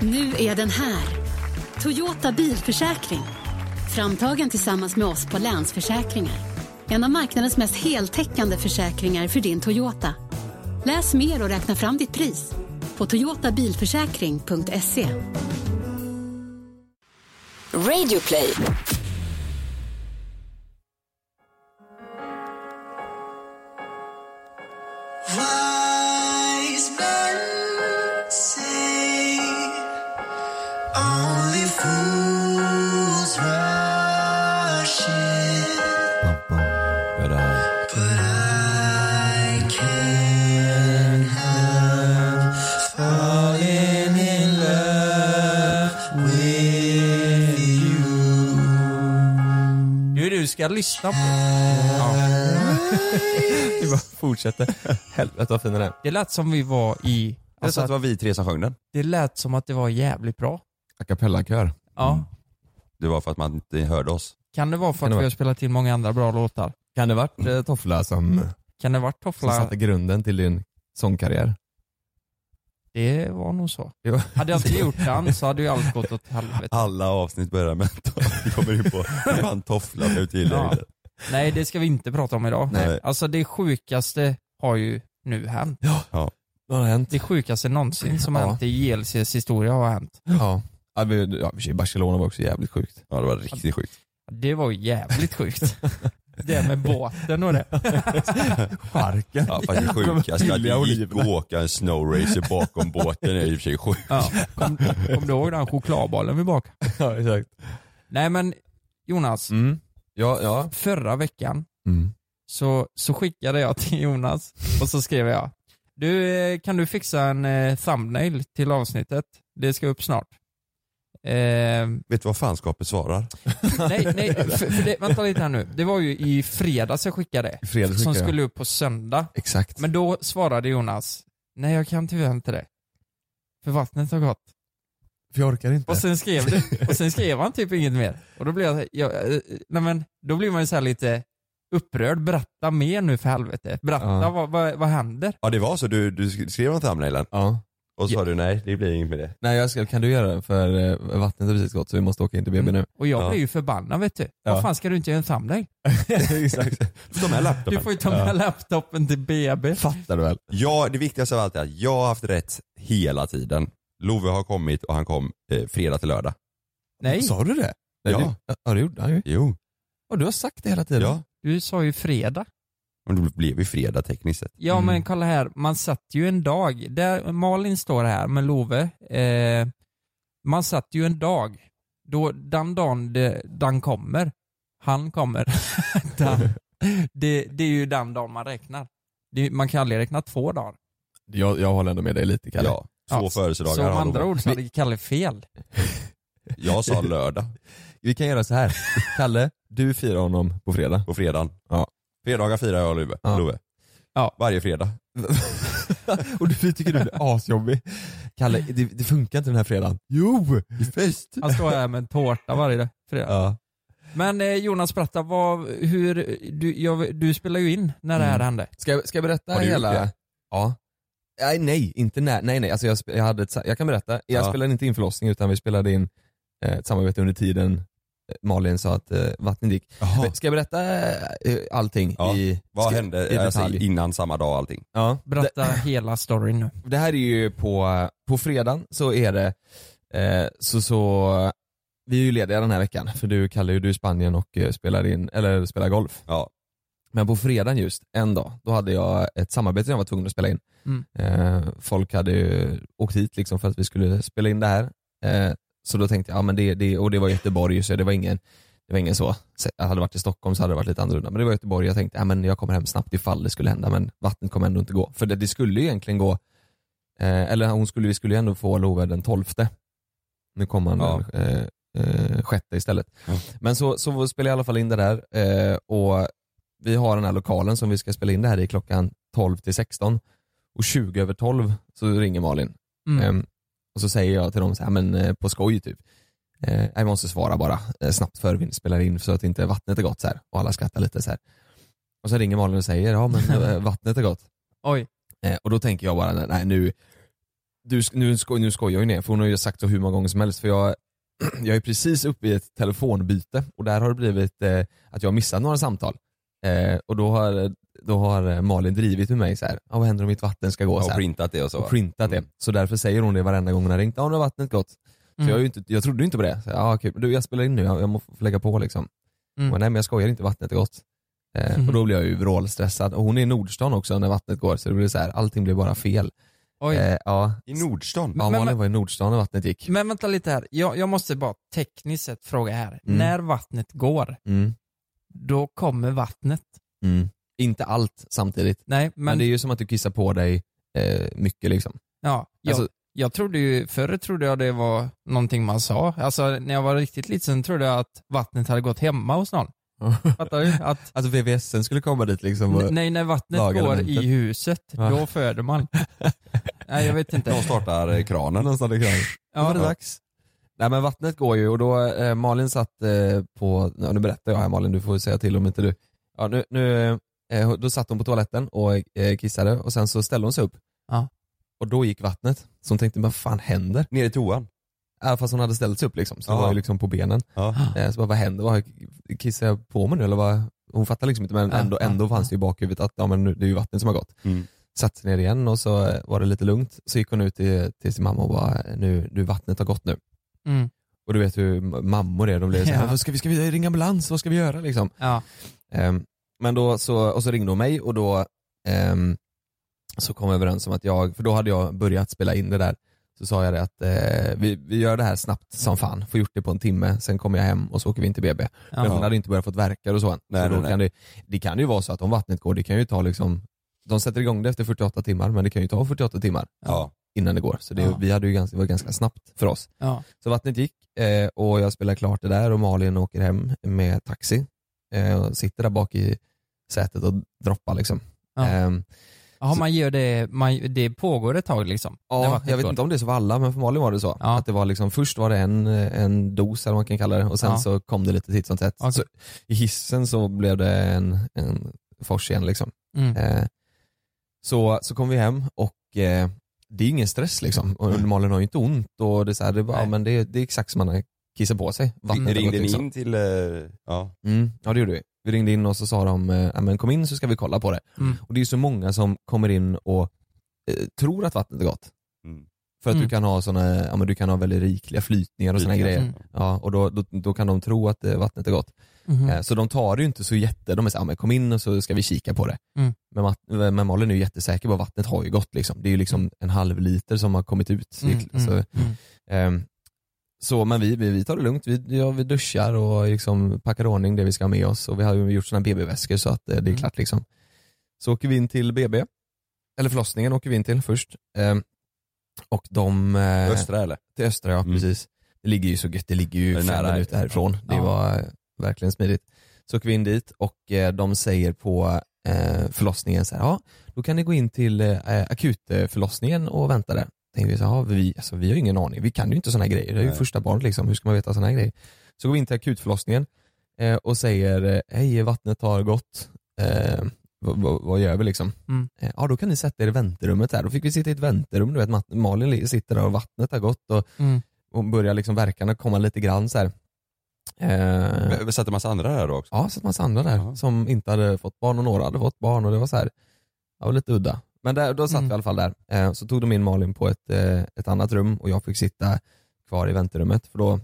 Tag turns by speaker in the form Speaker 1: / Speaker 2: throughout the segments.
Speaker 1: Nu är den här. Toyota bilförsäkring. Framtagen tillsammans med oss på Länsförsäkringar. En av marknadens mest heltäckande försäkringar för din Toyota. Läs mer och räkna fram ditt pris på toyotabilförsäkring.se.
Speaker 2: Radio play.
Speaker 3: Wise men say only fools rush in,
Speaker 4: But I,
Speaker 3: but I can't help falling in love with you.
Speaker 5: Nu är du ska lyssna på. Ja.
Speaker 4: vi bara fortsätter. Helvete vad fin den är.
Speaker 5: Det lät som vi var i...
Speaker 4: Jag
Speaker 5: Alltså
Speaker 4: sa att det
Speaker 5: att
Speaker 4: var vi tre som sjöng den.
Speaker 5: det lät som att det var jävligt bra.
Speaker 4: A cappella-kör.
Speaker 5: Ja.
Speaker 4: Det var för att man inte hörde oss.
Speaker 5: Kan det vara för att
Speaker 6: Mm. Kan det
Speaker 5: vi
Speaker 6: vara-
Speaker 5: har spelat in många andra bra låtar?
Speaker 6: Kan det varit eh, Toffla som,
Speaker 5: Kan det varit
Speaker 6: som
Speaker 5: Toffla?
Speaker 6: satte grunden till din sångkarriär?
Speaker 5: Det var nog så.
Speaker 6: Jo.
Speaker 5: Hade jag inte gjort den så hade ju allt gått åt helvete.
Speaker 4: Alla avsnitt börjar med att vi kommer in på en toffla nu till
Speaker 5: Ja. Nej, det ska vi inte prata om idag.
Speaker 4: Nej.
Speaker 5: Alltså det sjukaste har ju nu hänt.
Speaker 6: Vad har hänt?
Speaker 5: Det sjukaste någonsin som har
Speaker 6: Ja.
Speaker 5: hänt i JLCs historia har hänt.
Speaker 6: Ja. Ja, vi, ja, i och för sig, Barcelona var också jävligt sjukt.
Speaker 4: Ja det var riktigt sjukt.
Speaker 5: Det var ju jävligt sjukt. Det med båten och det.
Speaker 6: Parken.
Speaker 4: Ja fast det sjukaste är att det gick att åka en snowracer bakom båten är i och för sig sjukt.
Speaker 5: Ja. Kom, kom du ihåg den chokladbollen vi bakade?
Speaker 6: ja, exakt.
Speaker 5: Nej men Jonas,
Speaker 6: Mm. Ja, ja.
Speaker 5: förra veckan
Speaker 6: Mm.
Speaker 5: så, så skickade jag till Jonas och så skrev jag Du, eh, kan du fixa en eh, thumbnail till avsnittet? Det ska upp snart. Eh,
Speaker 4: Vet du vad fanskapet svarar?
Speaker 5: nej, nej, för, för det, vänta lite här nu. Det var ju i fredags jag skickade.
Speaker 6: I fredags
Speaker 5: som
Speaker 6: skickade jag.
Speaker 5: skulle upp på söndag.
Speaker 6: Exakt.
Speaker 5: Men då svarade Jonas, nej jag kan tyvärr inte det. För vattnet har gått.
Speaker 6: För jag orkar inte.
Speaker 5: Och sen skrev, du, och sen skrev han typ inget mer. Och då blev jag, jag eh, nej men, då blir man ju så här lite upprörd. Berätta mer nu för helvete. Berätta,
Speaker 6: Ja.
Speaker 5: vad, vad, vad händer?
Speaker 4: Ja det var så, du, du skrev om thumbnailen
Speaker 6: Ja.
Speaker 4: och så sa du nej det blir inget med det.
Speaker 6: Nej jag skrev, kan du göra det? För eh, vattnet har precis gått så vi måste åka in till BB
Speaker 4: Mm.
Speaker 6: nu.
Speaker 5: Och jag
Speaker 4: Ja.
Speaker 5: blev ju förbannad vet du.
Speaker 6: Ja.
Speaker 5: Vad fan ska du inte göra en thumbnail?
Speaker 6: Exakt.
Speaker 4: Ta med
Speaker 5: Du
Speaker 4: laptopen.
Speaker 5: får ju ta med laptopen till BB.
Speaker 6: Fattar du väl?
Speaker 4: Ja, det viktigaste av allt är att jag har haft rätt hela tiden. Love har kommit och han kom eh, fredag till lördag.
Speaker 5: Nej,
Speaker 6: Sa du det? Nej,
Speaker 4: Ja.
Speaker 6: Du, ja det gjorde han ju.
Speaker 4: Jo.
Speaker 6: Och du har sagt det hela tiden.
Speaker 4: Ja.
Speaker 5: du sa ju fredag.
Speaker 4: Men det blev ju fredag tekniskt sett.
Speaker 5: Ja
Speaker 6: Mm.
Speaker 5: men kolla här, man satt ju en dag. Där, Malin står här med Love. Eh, man satt ju en dag. Då, den dagen det, den kommer, han kommer. den, det, det är ju den dagen man räknar. Det, man kan aldrig räkna två dagar.
Speaker 6: Jag, jag håller ändå med dig lite Kalle.
Speaker 4: Ja, två
Speaker 5: Ja,
Speaker 4: födelsedagar
Speaker 5: Så med
Speaker 4: har de.
Speaker 5: andra ord så hade Kalle fel.
Speaker 4: Jag sa lördag
Speaker 6: Vi kan göra så här. Kalle, du firar honom på fredag.
Speaker 4: på fredagen.
Speaker 6: Ja.
Speaker 4: Fredagar firar jag och Love.
Speaker 6: Ja.
Speaker 4: Love.
Speaker 5: Ja.
Speaker 4: Varje fredag.
Speaker 6: Och du tycker du är asjobbig. Kalle, det, det funkar inte den här fredagen. Jo! Fest!
Speaker 5: Han står här med en tårta varje fredag.
Speaker 6: Ja.
Speaker 5: Men eh, Jonas berätta, vad, hur, du, jag, du spelar ju in när det här
Speaker 6: Mm.
Speaker 5: hände.
Speaker 6: Ska, jag- ska jag berätta
Speaker 4: Har du gjort
Speaker 6: hela?
Speaker 4: det?
Speaker 6: Ja. Nej, nej, inte när. Nej, nej. Alltså jag, sp- jag, hade ett, sa- jag kan berätta. Jag
Speaker 4: Ja.
Speaker 6: spelade inte in förlossning utan vi spelade in eh, ett samarbete under tiden eh, Malin sa att eh, vattnet gick.
Speaker 4: Jaha.
Speaker 6: Ska jag berätta eh, allting?
Speaker 4: Ja.
Speaker 6: I,
Speaker 4: Vad
Speaker 6: ska, i
Speaker 4: hände alltså,
Speaker 6: detalj?
Speaker 4: innan samma dag och allting?
Speaker 6: Ja. Det-
Speaker 5: Berätta hela storyn nu.
Speaker 6: det här är ju på, på fredagen så är det, eh, så, så vi är ju lediga den här veckan för du Kalle, du är i Spanien och eh, spelar in, eller spelar golf.
Speaker 4: Ja.
Speaker 6: Men på fredagen just, en dag, då hade jag ett samarbete jag var tvungen att spela in.
Speaker 5: Mm.
Speaker 6: Eh, folk hade ju åkt hit liksom för att vi skulle spela in det här. Eh, så då tänkte jag, ja men det, det, och det var Göteborg så det var ingen, det var ingen så. Så jag Hade det varit i Stockholm så hade det varit lite annorlunda. Men det var Göteborg, jag tänkte, ja men jag kommer hem snabbt ifall det skulle hända men vattnet kommer ändå inte gå. För det, det skulle ju egentligen gå, eh, eller hon skulle, vi skulle ju ändå få Love den 12. Nu kommer han
Speaker 4: Ja.
Speaker 6: den eh, eh, sjätte istället. Men så, så spelade jag i alla fall in det där eh, och vi har den här lokalen som vi ska spela in det här i klockan 12 till 16 och 20 över 12 så ringer Malin
Speaker 5: Mm.
Speaker 6: Ehm, och så säger jag till dem så här, men eh, på skoj typ. Eh, jag måste svara bara eh, snabbt före vi spelar in så att inte vattnet är gått så här. Och alla skrattar lite så här. Och så ringer Malin och säger, ja men eh, vattnet är gått.
Speaker 5: Oj.
Speaker 6: Eh, och då tänker jag bara, nej nu, Du, sk- nu, sko, nu skojar jag ju ner, för hon har ju sagt så hur många gånger som helst. För jag, jag är precis uppe i ett telefonbyte och där har det blivit eh, att jag har missat några samtal. Eh, och då har, då har eh, Malin drivit med mig så här. "Ah, vad händer om mitt vatten ska gå?
Speaker 4: Jag
Speaker 6: Så
Speaker 4: har
Speaker 6: här,
Speaker 4: printat det och så. Mm.
Speaker 6: och printat det. Så därför säger hon det varenda gång hon har ringt. Ja, nu har vattnet gått. Så
Speaker 5: Mm.
Speaker 6: jag, är ju inte, jag trodde ju inte på det. Så, ja, kul. Du, jag spelar in nu, jag, jag måste få lägga på liksom.
Speaker 5: Mm.
Speaker 6: Men, nej men jag skojar inte, vattnet är gott. Eh,
Speaker 5: Mhm.
Speaker 6: Och då blir jag ju vrålstressad. Och hon är i Nordstan också när vattnet går så det blir så här, allting blir bara fel.
Speaker 5: Oj.
Speaker 6: Eh, ja,
Speaker 4: I Nordstan?
Speaker 6: ja
Speaker 5: men-
Speaker 6: Malin var i Nordstan när vattnet gick.
Speaker 5: Men vänta lite här, jag, jag måste bara tekniskt sett fråga här.
Speaker 6: Mm.
Speaker 5: När vattnet går,
Speaker 6: Mm,
Speaker 5: då kommer vattnet.
Speaker 6: mm. Inte allt samtidigt.
Speaker 5: Nej,
Speaker 6: Men,
Speaker 5: men,
Speaker 6: det är ju som att du kissar på dig eh, mycket liksom.
Speaker 5: ja, jag,
Speaker 6: Alltså,
Speaker 5: jag trodde ju, förr trodde jag det var någonting man sa. Alltså när jag var riktigt liten trodde jag att vattnet hade gått hemma hos någon. Fattar du? Att,
Speaker 4: Alltså
Speaker 6: att VVS skulle komma dit liksom. Och,
Speaker 5: nej, när vattnet går
Speaker 6: lagelementet.
Speaker 5: i huset,
Speaker 6: Ja.
Speaker 5: då föder man. nej, jag vet inte.
Speaker 4: De startar eh, kranen.
Speaker 6: någonstans i kranen.
Speaker 5: Ja,
Speaker 6: var det dags. Nej men vattnet går ju och då, eh, Malin satt eh, på, ja, nu berättar jag här Malin, du får säga till om inte du. Ja, nu, nu, eh, då satt hon på toaletten och eh, kissade och sen så ställde hon sig upp.
Speaker 5: Ja.
Speaker 6: Och då gick vattnet. Så hon tänkte, vad fan händer?
Speaker 4: Ner i toan.
Speaker 6: Även fast hon hade ställt sig upp liksom, så hon
Speaker 4: Ja.
Speaker 6: var ju liksom på benen.
Speaker 4: Ja.
Speaker 6: Eh, så bara, vad händer? Vad, kissar jag på mig nu eller vad? Hon fattade liksom inte men
Speaker 5: Ja,
Speaker 6: ändå,
Speaker 5: ja,
Speaker 6: ändå
Speaker 5: ja.
Speaker 6: fanns det i bakhuvudet att ja, men nu, det är ju vatten som har gått.
Speaker 4: Mm.
Speaker 6: Satt sig ner igen och så eh, var det lite lugnt. Så gick hon ut till, till sin mamma och bara, nu, nu vattnet har gått nu.
Speaker 5: Mm.
Speaker 6: Och du vet hur m- mammor är, de blir såhär,
Speaker 5: Ja.
Speaker 6: "Vad ska, vi, ska vi ringa ambulans? Vad ska vi göra? Liksom.
Speaker 5: Ja.
Speaker 6: Ehm, men då så, och så ringde hon mig och då ehm, så kom vi överens om att jag, för då hade jag börjat spela in det där, så sa jag det att eh, vi, vi gör det här snabbt som fan, får gjort det på en timme, sen kommer jag hem och så åker vi in till BB. Men hon
Speaker 5: Ja.
Speaker 6: hade inte börjat fått verka och så än. så
Speaker 4: Nej,
Speaker 6: då
Speaker 4: nej, nej.
Speaker 6: Kan det, det kan ju vara så att om vattnet går, det kan ju ta liksom, de sätter igång det efter 48 timmar, men det kan ju ta 48 timmar
Speaker 4: Ja.
Speaker 6: innan det går. Så det,
Speaker 5: Ja.
Speaker 6: vi hade ju ganska, det var ganska snabbt för oss.
Speaker 5: Ja.
Speaker 6: Så vattnet gick eh, och jag spelar klart det där och Malin åker hem med taxi eh, och sitter där bak i sätet och droppar liksom.
Speaker 5: Ja.
Speaker 6: Ehm,
Speaker 5: Jaha, man gör det, man, det pågår ett tag liksom? när
Speaker 6: ja
Speaker 5: vattnet
Speaker 6: jag vet
Speaker 5: går.
Speaker 6: inte om det är så för alla men för Malin var det så.
Speaker 5: Ja.
Speaker 6: Att det var liksom, först var det en, en dos eller vad man kan kalla det och sen
Speaker 5: Ja.
Speaker 6: så kom det lite titt som tätt.
Speaker 5: Okej.
Speaker 6: Så I hissen så blev det en, en fors igen liksom.
Speaker 5: Mm.
Speaker 6: Eh, så, så kom vi hem och eh, det är ingen stress liksom. Och Malin har ju inte ont och det är, så här, det, är bara,
Speaker 5: Nej.
Speaker 6: ja, men det, det är exakt som man har kissat på sig. Vattnet har gått,
Speaker 4: Ringde ni
Speaker 6: liksom.
Speaker 4: in till... eh, Ja.
Speaker 6: Mm, ja det gjorde vi. Vi ringde in och så sa de, eh, "Ja, men kom in så ska vi kolla på det.
Speaker 5: Mm.
Speaker 6: Och det är ju så många som kommer in och eh, tror att vattnet är gott.
Speaker 4: Mm.
Speaker 6: För att
Speaker 5: Mm.
Speaker 6: du kan ha såna, ja, men du kan ha väldigt rikliga flytningar och såna här grejer.
Speaker 5: Mm.
Speaker 6: Ja, och då, då, då kan de tro att eh, vattnet är gott.
Speaker 5: Mhm.
Speaker 6: Eh, Så de tar det ju inte så jätte, de är så här, "Ja, men kom in och så ska vi kika på det.
Speaker 5: Mm.
Speaker 6: Men, Mat- eh, men Malin är ju jättesäker på att vattnet har ju gått liksom. Det är ju liksom en halv liter som har kommit ut.
Speaker 5: Mm,
Speaker 6: Alltså,
Speaker 5: mm, mm.
Speaker 6: Ehm, Så, men vi, vi, vi tar det lugnt, vi, ja, vi duschar och liksom packar i ordning det vi ska ha med oss och vi har ju gjort sådana BB-väskor så att eh, det är
Speaker 5: Mm.
Speaker 6: klart liksom. Så åker vi in till BB, eller förlossningen åker vi in till först. Ehm, Och de... eh,
Speaker 4: Östra eller?
Speaker 6: Till Östra ja,
Speaker 4: Mm.
Speaker 6: precis. Det ligger ju så gött, det ligger ju
Speaker 4: Det är
Speaker 6: fem
Speaker 4: nära.
Speaker 6: minuter härifrån. Det
Speaker 5: Ja.
Speaker 6: var eh, verkligen smidigt. Så åker vi in dit och eh, de säger på eh, förlossningen så här, ja då kan ni gå in till eh, akutförlossningen och vänta där. Tänker vi så här, ja, vi, alltså, vi har ju ingen aning, vi kan ju inte sådana här grejer, det är ju
Speaker 4: Nej.
Speaker 6: första barnet liksom, hur ska man veta sådana här grejer? Så går vi in till akutförlossningen eh, och säger, eh, hej vattnet har gått, eh, vad, vad, vad gör vi liksom?
Speaker 5: Mm.
Speaker 6: Eh, Ja då kan ni sätta er i väntrummet här, då fick vi sitta i ett väntrum, du vet Mat- Malin li- sitter där och vattnet har gått och
Speaker 5: Mm.
Speaker 6: och börjar liksom verkarna komma lite grann så här. Eh,
Speaker 4: Men- men Satt det massa andra där då också?
Speaker 6: ja, så att massa andra där
Speaker 4: Ja.
Speaker 6: som inte hade fått barn och några hade fått barn och det var så här, ja, det var lite udda. Men där, då satt
Speaker 5: Mm.
Speaker 6: vi i alla fall där. Eh, så tog de in Malin på ett, eh, ett annat rum och jag fick sitta kvar i väntrummet för då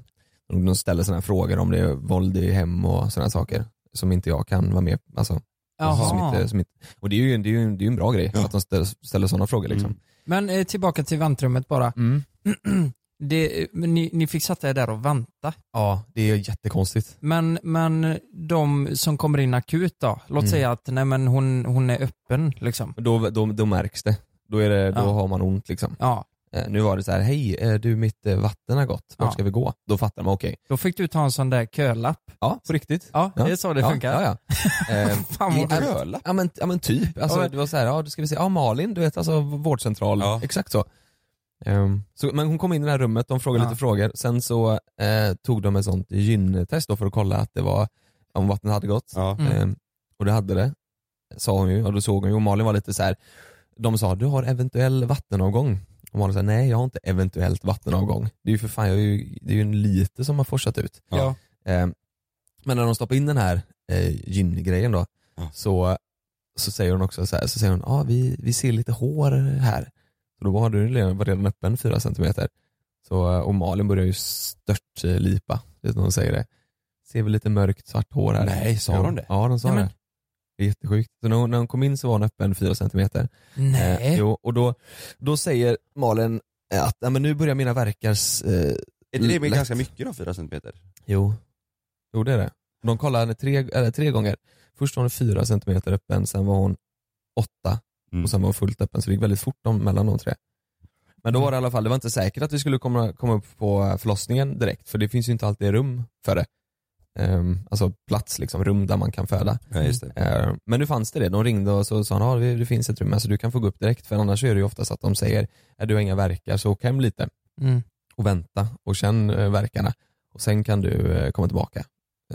Speaker 6: de de ställer sådana här frågor om det är våld i hem och sådana saker som inte jag kan vara med alltså,
Speaker 5: Jaha.
Speaker 6: som inte, som inte, Och det är ju, det är ju, det är ju en bra grej att de ställer, ställer sådana frågor liksom.
Speaker 5: Men eh, tillbaka till väntrummet bara.
Speaker 6: Mm.
Speaker 5: Det, eh, men ni, ni fick sätta er där och vänta.
Speaker 6: Ja, det är jättekonstigt.
Speaker 5: Men, men de som kommer in akut då? Låt
Speaker 6: Mm.
Speaker 5: säga att nej, men hon, hon är öppen liksom.
Speaker 6: Men Då, då, då märks det. Då, är det, då
Speaker 5: Ja.
Speaker 6: har man ont liksom.
Speaker 5: Ja,
Speaker 6: Eh, Nu var det så här, hej eh, du mitt eh, vatten har gått, vart
Speaker 5: Ja.
Speaker 6: ska vi gå? Då fattar man, okej.
Speaker 5: då fick du ta en sån där kölapp.
Speaker 6: Ja, på riktigt.
Speaker 5: Ja,
Speaker 6: Ja.
Speaker 5: det är så det
Speaker 6: ja,
Speaker 5: funkar.
Speaker 6: Ja, ja. Eh,
Speaker 5: Fan vad
Speaker 6: i-
Speaker 5: sjukt.
Speaker 6: ja, men, ja men typ,
Speaker 5: Ja,
Speaker 6: alltså,
Speaker 5: men-
Speaker 6: det var så här, ja då ska vi se, ja Malin du vet alltså vårdcentral,
Speaker 4: Ja.
Speaker 6: exakt så. Ehm, så. Men hon kom in i det här rummet, de frågade
Speaker 5: Ja.
Speaker 6: lite frågor, sen så eh, tog de ett sånt gyntest då för att kolla att det var, om vattnet hade gått.
Speaker 4: Ja.
Speaker 5: Mm.
Speaker 6: Ehm, och det hade det, sa hon ju och då såg hon ju och Malin var lite så här. de sa du har eventuell vattenavgång Och Malin säger nej jag har inte eventuellt vattenavgång. Det är ju för fan, jag är ju, det är ju en liter som har forsat ut.
Speaker 5: Ja.
Speaker 6: Eh, men när de stoppar in den här eh, gin-grejen då,
Speaker 4: Ja.
Speaker 6: så, så säger hon också så här, så säger hon, ah, vi, vi ser lite hår här. Så då var du redan, var redan öppen fyra centimeter. Så, eh, och Malin börjar ju stört eh, lipa, vet du när hon säger det. Ser vi lite mörkt svart hår här.
Speaker 4: Nej, sa
Speaker 6: Ja,
Speaker 4: de det?
Speaker 6: Ja, de sa
Speaker 5: Nej, men-
Speaker 6: det. Det är jättesjukt. Så när hon, när hon kom in så var hon öppen fyra centimeter.
Speaker 5: Nej.
Speaker 6: Eh, jo, och då, då säger Malin att "Ja, men nu börjar mina verkars eh,
Speaker 4: Är det det med
Speaker 6: Lätt. Mm.
Speaker 4: ganska mycket då, 4 centimeter?
Speaker 6: Jo. Jo det är det. De kollade henne tre, eller, tre gånger. Först var hon fyra centimeter öppen, sen var hon åtta
Speaker 4: Mm.
Speaker 6: och sen var hon fullt öppen. Så det gick väldigt fort om, mellan de tre. Men då var det i alla fall, det var inte säkert att vi skulle komma, komma upp på eh, förlossningen direkt för det finns ju inte alltid rum för det. Ehm, alltså plats, liksom, rum där man kan föda.
Speaker 4: Ja, just det.
Speaker 6: Eh, Men nu fanns det det. De ringde och så sa han, ah, det det finns ett rum här så du kan få gå upp direkt. För annars är det ju oftast att de säger, är du har inga verkar så åk hem lite
Speaker 5: Mm.
Speaker 6: och vänta och känn eh, verkarna. Och sen kan du eh, komma tillbaka.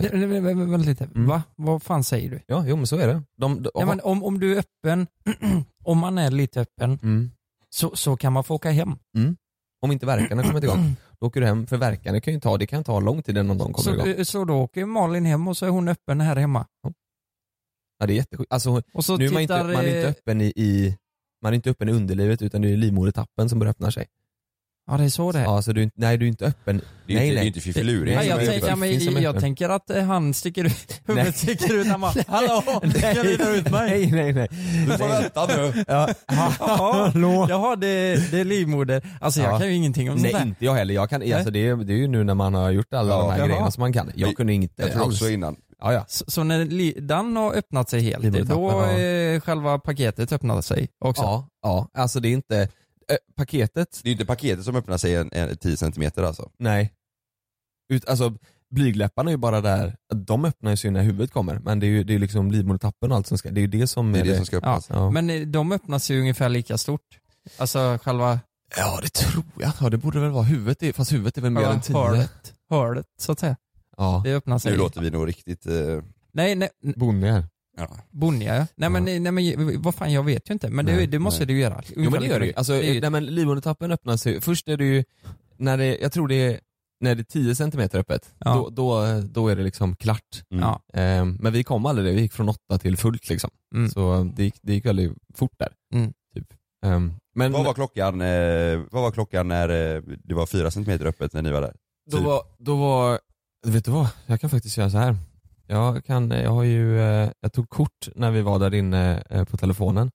Speaker 5: Nej, nej, nej, Vänta lite,
Speaker 6: Mm.
Speaker 5: va? Vad fan säger du?
Speaker 6: Ja, jo men så är det. De, de,
Speaker 5: Nej, men om, om du är öppen, om man är lite öppen,
Speaker 6: mm.
Speaker 5: så, så kan man få åka hem.
Speaker 6: Om inte verkarna kommer igång, då åker du hem. För verkarna kan ju ta, det kan ta lång tid innan de kommer
Speaker 5: Så,
Speaker 6: igång.
Speaker 5: eh, så då åker Malin hem och så är hon öppen här hemma.
Speaker 6: Ja, det är jättesjukt. Alltså, hon-
Speaker 5: Och så
Speaker 6: nu är man,
Speaker 5: tittar,
Speaker 6: inte, man är inte
Speaker 5: eh,
Speaker 6: öppen i, i man är inte öppen i underlivet utan det är livmodertappen som börjar öppna sig.
Speaker 5: Ja, det är så det är.
Speaker 6: Ja, så du, är inte- nej, du är inte öppen.
Speaker 4: Det är ju
Speaker 6: nej,
Speaker 4: inte, det är
Speaker 6: nej.
Speaker 4: ju inte fiffiluring.
Speaker 5: Ja,
Speaker 6: Nej,
Speaker 5: jag,
Speaker 6: men-
Speaker 5: tänker, ja,
Speaker 6: finns som
Speaker 5: men,
Speaker 6: öppen.
Speaker 5: jag tänker att eh, han sticker ut, huvudet sticker ut, han bara hallå, kan du ta ut mig?
Speaker 6: Nej, nej, nej.
Speaker 4: Du får vänta nu.
Speaker 6: Ja.
Speaker 5: Jaha, jaha det, det är livmoder. Alltså jag
Speaker 6: Ja.
Speaker 5: kan ju ingenting om sånt
Speaker 6: Nej
Speaker 5: där.
Speaker 6: inte jag heller, jag kan, alltså det, är, det är ju nu när man har gjort alla
Speaker 4: Ja.
Speaker 6: de här
Speaker 4: Jaha.
Speaker 6: grejerna som man kan. Jag
Speaker 4: Vi-
Speaker 6: kunde inget
Speaker 4: Jag tror också innan.
Speaker 6: ja, ja.
Speaker 5: Så, så när li- den har öppnat sig helt,
Speaker 6: Livmodertappen,
Speaker 5: då
Speaker 6: ja.
Speaker 5: eh, själva paketet öppnat sig också.
Speaker 6: ja, ja, alltså det är inte, äh, paketet,
Speaker 4: Det är ju inte paketet som öppnar sig en, en, 10 centimeter alltså.
Speaker 6: nej. Ut, alltså blygläpparna är ju bara där, de öppnar sig ju när huvudet kommer men det är ju det är ju liksom livmodertappen och allt som ska, det är ju det som
Speaker 4: Det är det som ska
Speaker 5: Ja.
Speaker 4: öppnas.
Speaker 6: Alltså. Ja.
Speaker 5: Men eh, de öppnas ju ungefär lika stort. Alltså själva
Speaker 6: ja det tror jag, ja, det borde väl vara huvudet, är- fast huvudet är väl mer
Speaker 5: Ja,
Speaker 6: än tio.
Speaker 5: hålet. hålet så att säga.
Speaker 6: Ja,
Speaker 5: Det öppnar sig.
Speaker 4: Nu låter vi nog riktigt... eh,
Speaker 5: Nej, nej, n-
Speaker 6: bonnier.
Speaker 4: ja.
Speaker 5: bonniga ja. Nej men, nej, nej men vad fan jag vet ju inte. Men det,
Speaker 6: Nej,
Speaker 5: det måste
Speaker 6: nej.
Speaker 5: du göra.
Speaker 6: Jo men det gör det ju. Alltså,
Speaker 5: Det är ju-
Speaker 6: nej, men livmodertappen öppnar sig först är det ju, när det, jag tror det är, när det är 10 cm öppet,
Speaker 5: Ja.
Speaker 6: då, då, då är det liksom klart.
Speaker 4: Mm.
Speaker 5: Ja.
Speaker 6: Ehm, men vi kom aldrig det, vi gick från 8 till fullt liksom.
Speaker 5: Mm.
Speaker 6: Så det gick, det gick väldigt fort där.
Speaker 5: Mm.
Speaker 6: Typ. Ehm, men
Speaker 4: Vad var klockan, eh, vad var klockan när eh, det var 4 centimeter öppet när ni var där?
Speaker 6: då,
Speaker 4: typ?
Speaker 6: var, då var, vet du vad, jag kan faktiskt göra så här. Jag, kan, jag, har ju, eh, jag tog kort när vi var där inne eh, på telefonen,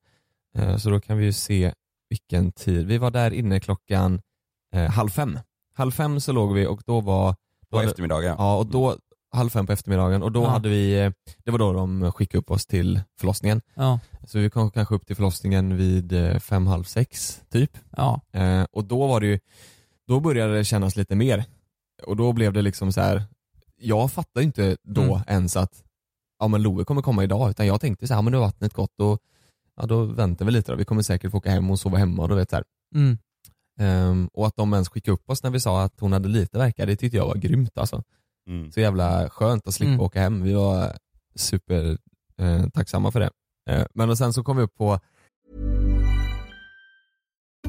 Speaker 6: Eh, så då kan vi ju se vilken tid. Vi var där inne klockan eh, halv fem. Halv fem så låg vi och då var, då
Speaker 4: På Mm.
Speaker 6: hade-
Speaker 4: eftermiddagen?
Speaker 6: ja, och då, halv fem på eftermiddagen och då
Speaker 5: Ja.
Speaker 6: hade vi, eh, det var då de skickade upp oss till förlossningen.
Speaker 5: ja,
Speaker 6: Så vi kom kanske upp till förlossningen vid eh, fem, halv sex typ.
Speaker 5: ja.
Speaker 6: Eh, och då var det ju, då började det kännas lite mer. Och då blev det liksom så här. jag fattade inte då
Speaker 5: Mm.
Speaker 6: ens att ja men Love kommer komma idag utan jag tänkte så här, ja, men nu har vattnet gått och ja då väntar vi lite då. Vi kommer säkert få åka hem och sova hemma och du vet så här.
Speaker 5: Mm.
Speaker 6: Ehm, och att de ens skickade upp oss när vi sa att hon hade lite verkar, det tyckte jag var grymt alltså.
Speaker 4: Mm.
Speaker 6: Så jävla skönt att slippa
Speaker 5: Mm.
Speaker 6: åka hem. Vi var super eh, tacksamma för det. Eh, men och sen så kom vi upp på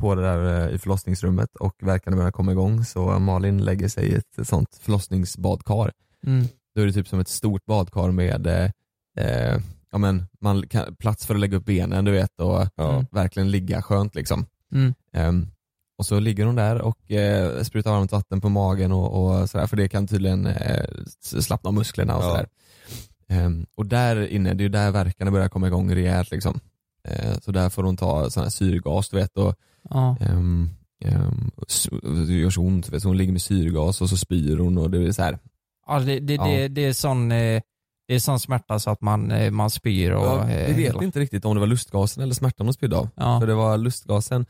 Speaker 6: på det där eh, i förlossningsrummet och verkarna börjar komma igång så Malin lägger sig i ett sånt förlossningsbadkar.
Speaker 5: Mm.
Speaker 6: Då är det typ som ett stort badkar med eh, eh, ja, men man kan, plats för att lägga upp benen du vet och
Speaker 4: Ja.
Speaker 6: verkligen ligga skönt liksom.
Speaker 5: Mm.
Speaker 6: Ehm, och så ligger hon där och eh, sprutar varmt vatten på magen och, och sådär för det kan tydligen eh, s- slappna av musklerna och
Speaker 4: Ja.
Speaker 6: sådär. Ehm, och där inne, det är ju där verkarna börjar komma igång rejält liksom. Eh, så där får hon ta sån här syrgas du vet och
Speaker 5: Ja.
Speaker 6: Um, um, det gör så ont, vet, du, hon ligger med syrgas och så spyr hon och det är så här.
Speaker 5: Ja, det, det,
Speaker 6: Ja.
Speaker 5: Det, det är sån eh, Det är sån smärta så att man, eh, man spyr och...
Speaker 6: Ja,
Speaker 5: eh,
Speaker 6: vi vet
Speaker 5: hela-
Speaker 6: inte riktigt om det var lustgasen eller smärtan de spydde av.
Speaker 5: Ja.
Speaker 6: För det var lustgasen.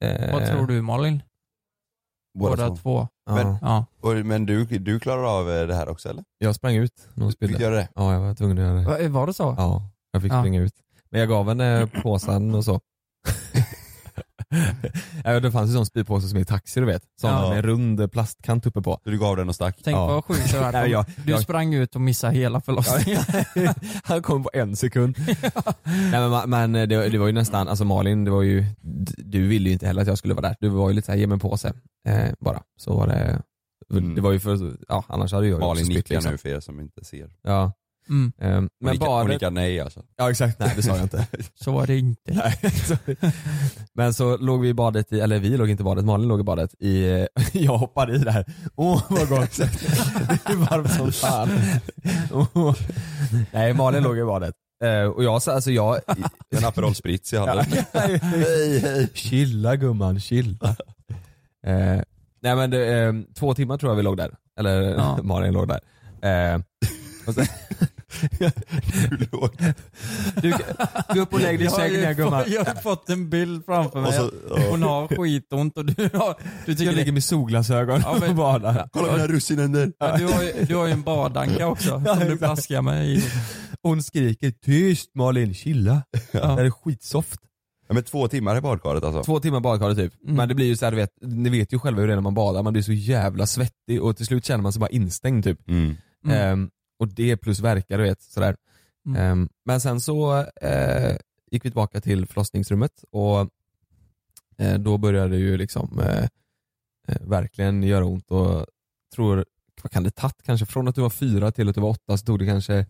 Speaker 6: Eh,
Speaker 5: Vad tror du Malin?
Speaker 4: Båda två.
Speaker 6: Ja,
Speaker 4: Men-
Speaker 5: Ja.
Speaker 4: Och, men du, du klarar av eh, det här också eller?
Speaker 6: Jag sprang ut när hon
Speaker 4: Du
Speaker 6: spydde.
Speaker 4: gör det?
Speaker 6: Ja, jag var tvungen att göra det.
Speaker 5: Va- eh, Var det så?
Speaker 6: Ja, jag fick
Speaker 5: Ja.
Speaker 6: springa ut. Men jag gav henne påsen och så. ja, det fanns ju sån spypåse som är i taxi du vet. Sån
Speaker 4: Ja.
Speaker 6: med rund plastkant uppe på.
Speaker 4: Så du gav den och stack?
Speaker 5: Tänk
Speaker 6: Ja.
Speaker 5: vad sjukt det
Speaker 6: Nej,
Speaker 5: var.
Speaker 6: jag-
Speaker 5: Du
Speaker 6: jag-
Speaker 5: sprang ut och missade hela förlossningen.
Speaker 6: Han kom på en sekund. Nej, men men det, det var ju nästan, alltså Malin, det var ju, d- du ville ju inte heller att jag skulle vara där. Du var ju lite såhär, ge mig en påse. Eh, bara. Så var det.
Speaker 4: Mm.
Speaker 6: Det var ju för, ja annars hade jag ju
Speaker 4: Malin
Speaker 6: också spytt,
Speaker 4: nickar
Speaker 6: liksom.
Speaker 4: nu för er som inte ser.
Speaker 6: Ja.
Speaker 5: Mm,
Speaker 6: ehm,
Speaker 4: Hon
Speaker 6: men
Speaker 4: nickar, hon
Speaker 6: baren,
Speaker 4: nickar nej alltså.
Speaker 6: ja exakt, nej det sa jag inte.
Speaker 5: så var det inte.
Speaker 6: Nej, sorry. Men så låg vi i badet, i, eller vi låg inte i badet, Malin låg i badet i, jag hoppade i där. Åh vad gott! Det är varmt som fan. Åh. Nej Malin låg i badet. Eh, Och jag sa, alltså jag...
Speaker 4: En Aperol Spritz i handen.
Speaker 6: hej, hej. Chilla gumman, chilla. Eh, nej men det, eh, två timmar tror jag vi låg där. Eller
Speaker 5: Ja.
Speaker 6: Malin låg där. Eh, och sen,
Speaker 4: Du låg-
Speaker 6: du, gå upp och lägg dig i sängen där gumman.
Speaker 5: jag har fått en bild framför
Speaker 4: Och
Speaker 5: mig.
Speaker 4: så,
Speaker 5: Hon har skitont och du har... Du tycker
Speaker 6: Jag ligger med solglasögon
Speaker 5: Ja, men-
Speaker 6: och badar.
Speaker 4: Kolla mina russinen där.
Speaker 5: det, du, har ju, du har ju en badanka också som du
Speaker 6: exakt.
Speaker 5: plaskar med i.
Speaker 6: Hon skriker tyst Malin, chilla. Det här är skitsoft.
Speaker 4: Ja, men två timmar i badkaret alltså.
Speaker 6: Två timmar badkar typ.
Speaker 5: Mm.
Speaker 6: Men det blir ju så här, du vet, ni vet ju själva hur det är när man badar, man blir så jävla svettig och till slut känner man sig bara instängd typ.
Speaker 4: Mm.
Speaker 5: Mm.
Speaker 6: Ehm, och det plus verkar du vet sådär.
Speaker 5: Mm.
Speaker 6: Ehm, men sen så eh, gick vi tillbaka till förlossningsrummet och eh, då började det ju liksom eh, eh, verkligen göra ont och tror, vad kan det tagit kanske? Från att du var fyra till att du var åtta så tog det kanske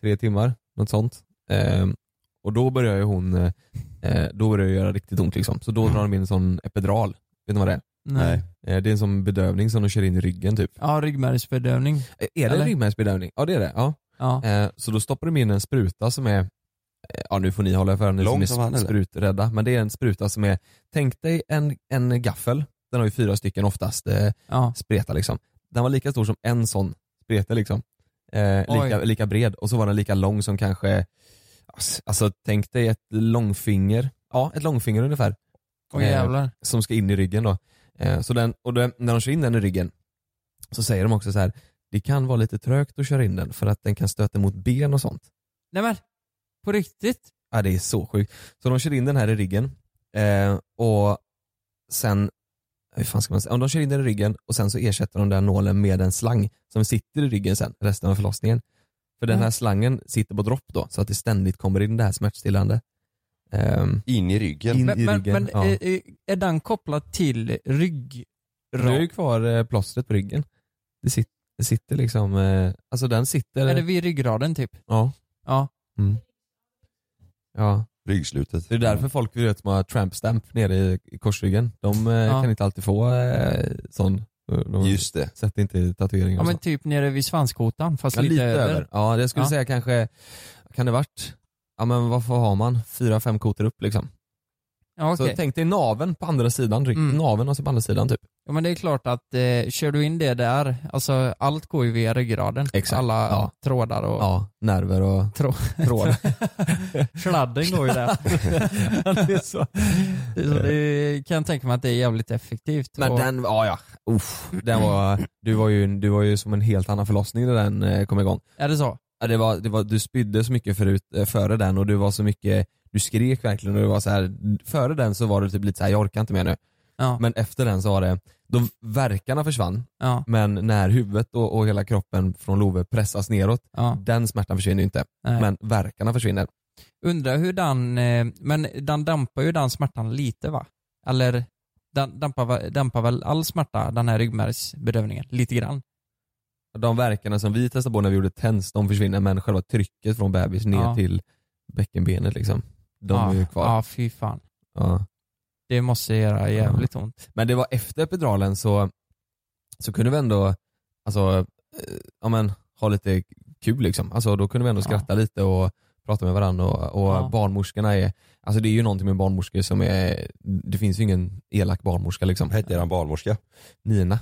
Speaker 6: tre timmar, något sånt. Ehm, och då började ju hon, eh, eh, då började det göra riktigt ont liksom. Så
Speaker 5: Mm.
Speaker 6: då drar de in en sån epidural, vet ni vad det är?
Speaker 5: Nej.
Speaker 6: Eh, det är en sån bedövning som de kör in i ryggen typ.
Speaker 5: Ja, ryggmärgsbedövning.
Speaker 6: Eh, Är det
Speaker 5: Eller?
Speaker 6: en ryggmärgsbedövning? Ja det är det. Ja.
Speaker 5: Ja.
Speaker 6: Eh, Så då stoppar de in en spruta som är, eh, ja nu får ni hålla för öronen
Speaker 4: Lång
Speaker 6: ni
Speaker 4: som han,
Speaker 6: är
Speaker 4: eller?
Speaker 6: spruträdda, men det är en spruta som är, tänk dig en, en gaffel, den har ju fyra stycken oftast, eh,
Speaker 5: ja.
Speaker 6: spreta liksom. Den var lika stor som en sån spreta liksom. Eh,
Speaker 5: Oj.
Speaker 6: lika, lika bred och så var den lika lång som kanske, ass- alltså tänk dig ett långfinger, ja ett långfinger ungefär,
Speaker 5: Åh
Speaker 6: Eh,
Speaker 5: jävlar.
Speaker 6: som ska in i ryggen då. Eh, så den, och den, när de kör in den i ryggen så säger de också så här, det kan vara lite trögt att köra in den för att den kan stöta mot ben och sånt.
Speaker 5: Nej men, på riktigt?
Speaker 6: Ja det är så sjukt. Så de kör in den här i ryggen eh, och sen, hur fan ska man säga, om de kör in den i ryggen och sen så ersätter de den nålen med en slang som sitter i ryggen sen resten av förlossningen. För den här
Speaker 5: Mm.
Speaker 6: slangen sitter på dropp då så att det ständigt kommer in det här smärtstillande. Ehm,
Speaker 4: In i ryggen.
Speaker 6: In-
Speaker 5: Men,
Speaker 6: i
Speaker 5: men,
Speaker 6: ryggen,
Speaker 5: men
Speaker 6: ja.
Speaker 5: är, är- är den kopplad till rygg?
Speaker 6: du har ju kvar eh, plåstret på ryggen. Det sitter, det sitter liksom, eh, alltså den sitter,
Speaker 5: Är det vid ryggraden typ?
Speaker 6: ja.
Speaker 5: Ja.
Speaker 6: Mm. Ja.
Speaker 4: Ryggslutet.
Speaker 6: Det är därför folk vill som har tramp stamp nere i i korsryggen. De eh,
Speaker 5: Ja.
Speaker 6: kan inte alltid få eh, sån. De
Speaker 4: Mm. Just det.
Speaker 6: sätter inte tatueringar
Speaker 5: Ja
Speaker 6: och
Speaker 5: men
Speaker 6: sånt.
Speaker 5: typ nere vid svanskotan fast
Speaker 6: Ja,
Speaker 5: lite, över.
Speaker 6: Ja, det skulle
Speaker 5: Ja.
Speaker 6: säga kanske, kan det varit, ja men varför har man fyra, fem koter upp liksom?
Speaker 5: Ja, okej.
Speaker 6: Så tänk dig naven på andra sidan, rygg,
Speaker 5: Mm.
Speaker 6: naven alltså på andra sidan typ.
Speaker 5: ja men det är klart att eh, kör du in det där, alltså allt går ju via ryggraden.
Speaker 6: Exakt,
Speaker 5: Alla
Speaker 6: ja.
Speaker 5: trådar och
Speaker 6: Ja, nerver och
Speaker 5: Trå-
Speaker 6: trådar.
Speaker 5: sladden går ju där.
Speaker 6: det är så.
Speaker 5: Så det kan jag tänka mig att det är jävligt effektivt.
Speaker 6: Men
Speaker 5: och,
Speaker 6: den, ja ja, Uff, den var, du var, ju, du var ju som en helt annan förlossning när den eh, kom igång.
Speaker 5: Är det så?
Speaker 6: Ja, det var, det var, du spydde så mycket förut, eh, före den och du var så mycket, du skrek verkligen och det var så här, före den så var det typ lite så här, jag orkar inte mer nu.
Speaker 5: Ja.
Speaker 6: Men efter den så var det, de verkarna försvann,
Speaker 5: ja,
Speaker 6: men när huvudet och, och hela kroppen från Love pressas neråt,
Speaker 5: ja.
Speaker 6: den smärtan försvinner ju inte.
Speaker 5: Nej.
Speaker 6: Men verkarna försvinner.
Speaker 5: Undrar hur den, eh, men den dämpar ju den smärtan lite va? Eller den dämpar, väl- dämpar väl all smärta, den här ryggmärgsbedövningen, lite grann?
Speaker 6: De verkarna som vi testade på när vi gjorde TENS, de försvinner men själva trycket från bebis ner
Speaker 5: Ja.
Speaker 6: till bäckenbenet liksom, de
Speaker 5: ja,
Speaker 6: är ju kvar.
Speaker 5: Ja, fy fan.
Speaker 6: Ja.
Speaker 5: Det måste göra jävligt ont.
Speaker 6: Men det var efter epiduralen så, så kunde vi ändå alltså, eh, ja, men, ha lite kul liksom. Alltså, då kunde vi ändå
Speaker 5: Ja.
Speaker 6: skratta lite och prata med varandra och, och
Speaker 5: Ja.
Speaker 6: barnmorskorna är, alltså det är ju någonting med barnmorskor som är, det finns ju ingen elak barnmorska liksom.
Speaker 4: Hette eran barnmorska?
Speaker 6: Nina.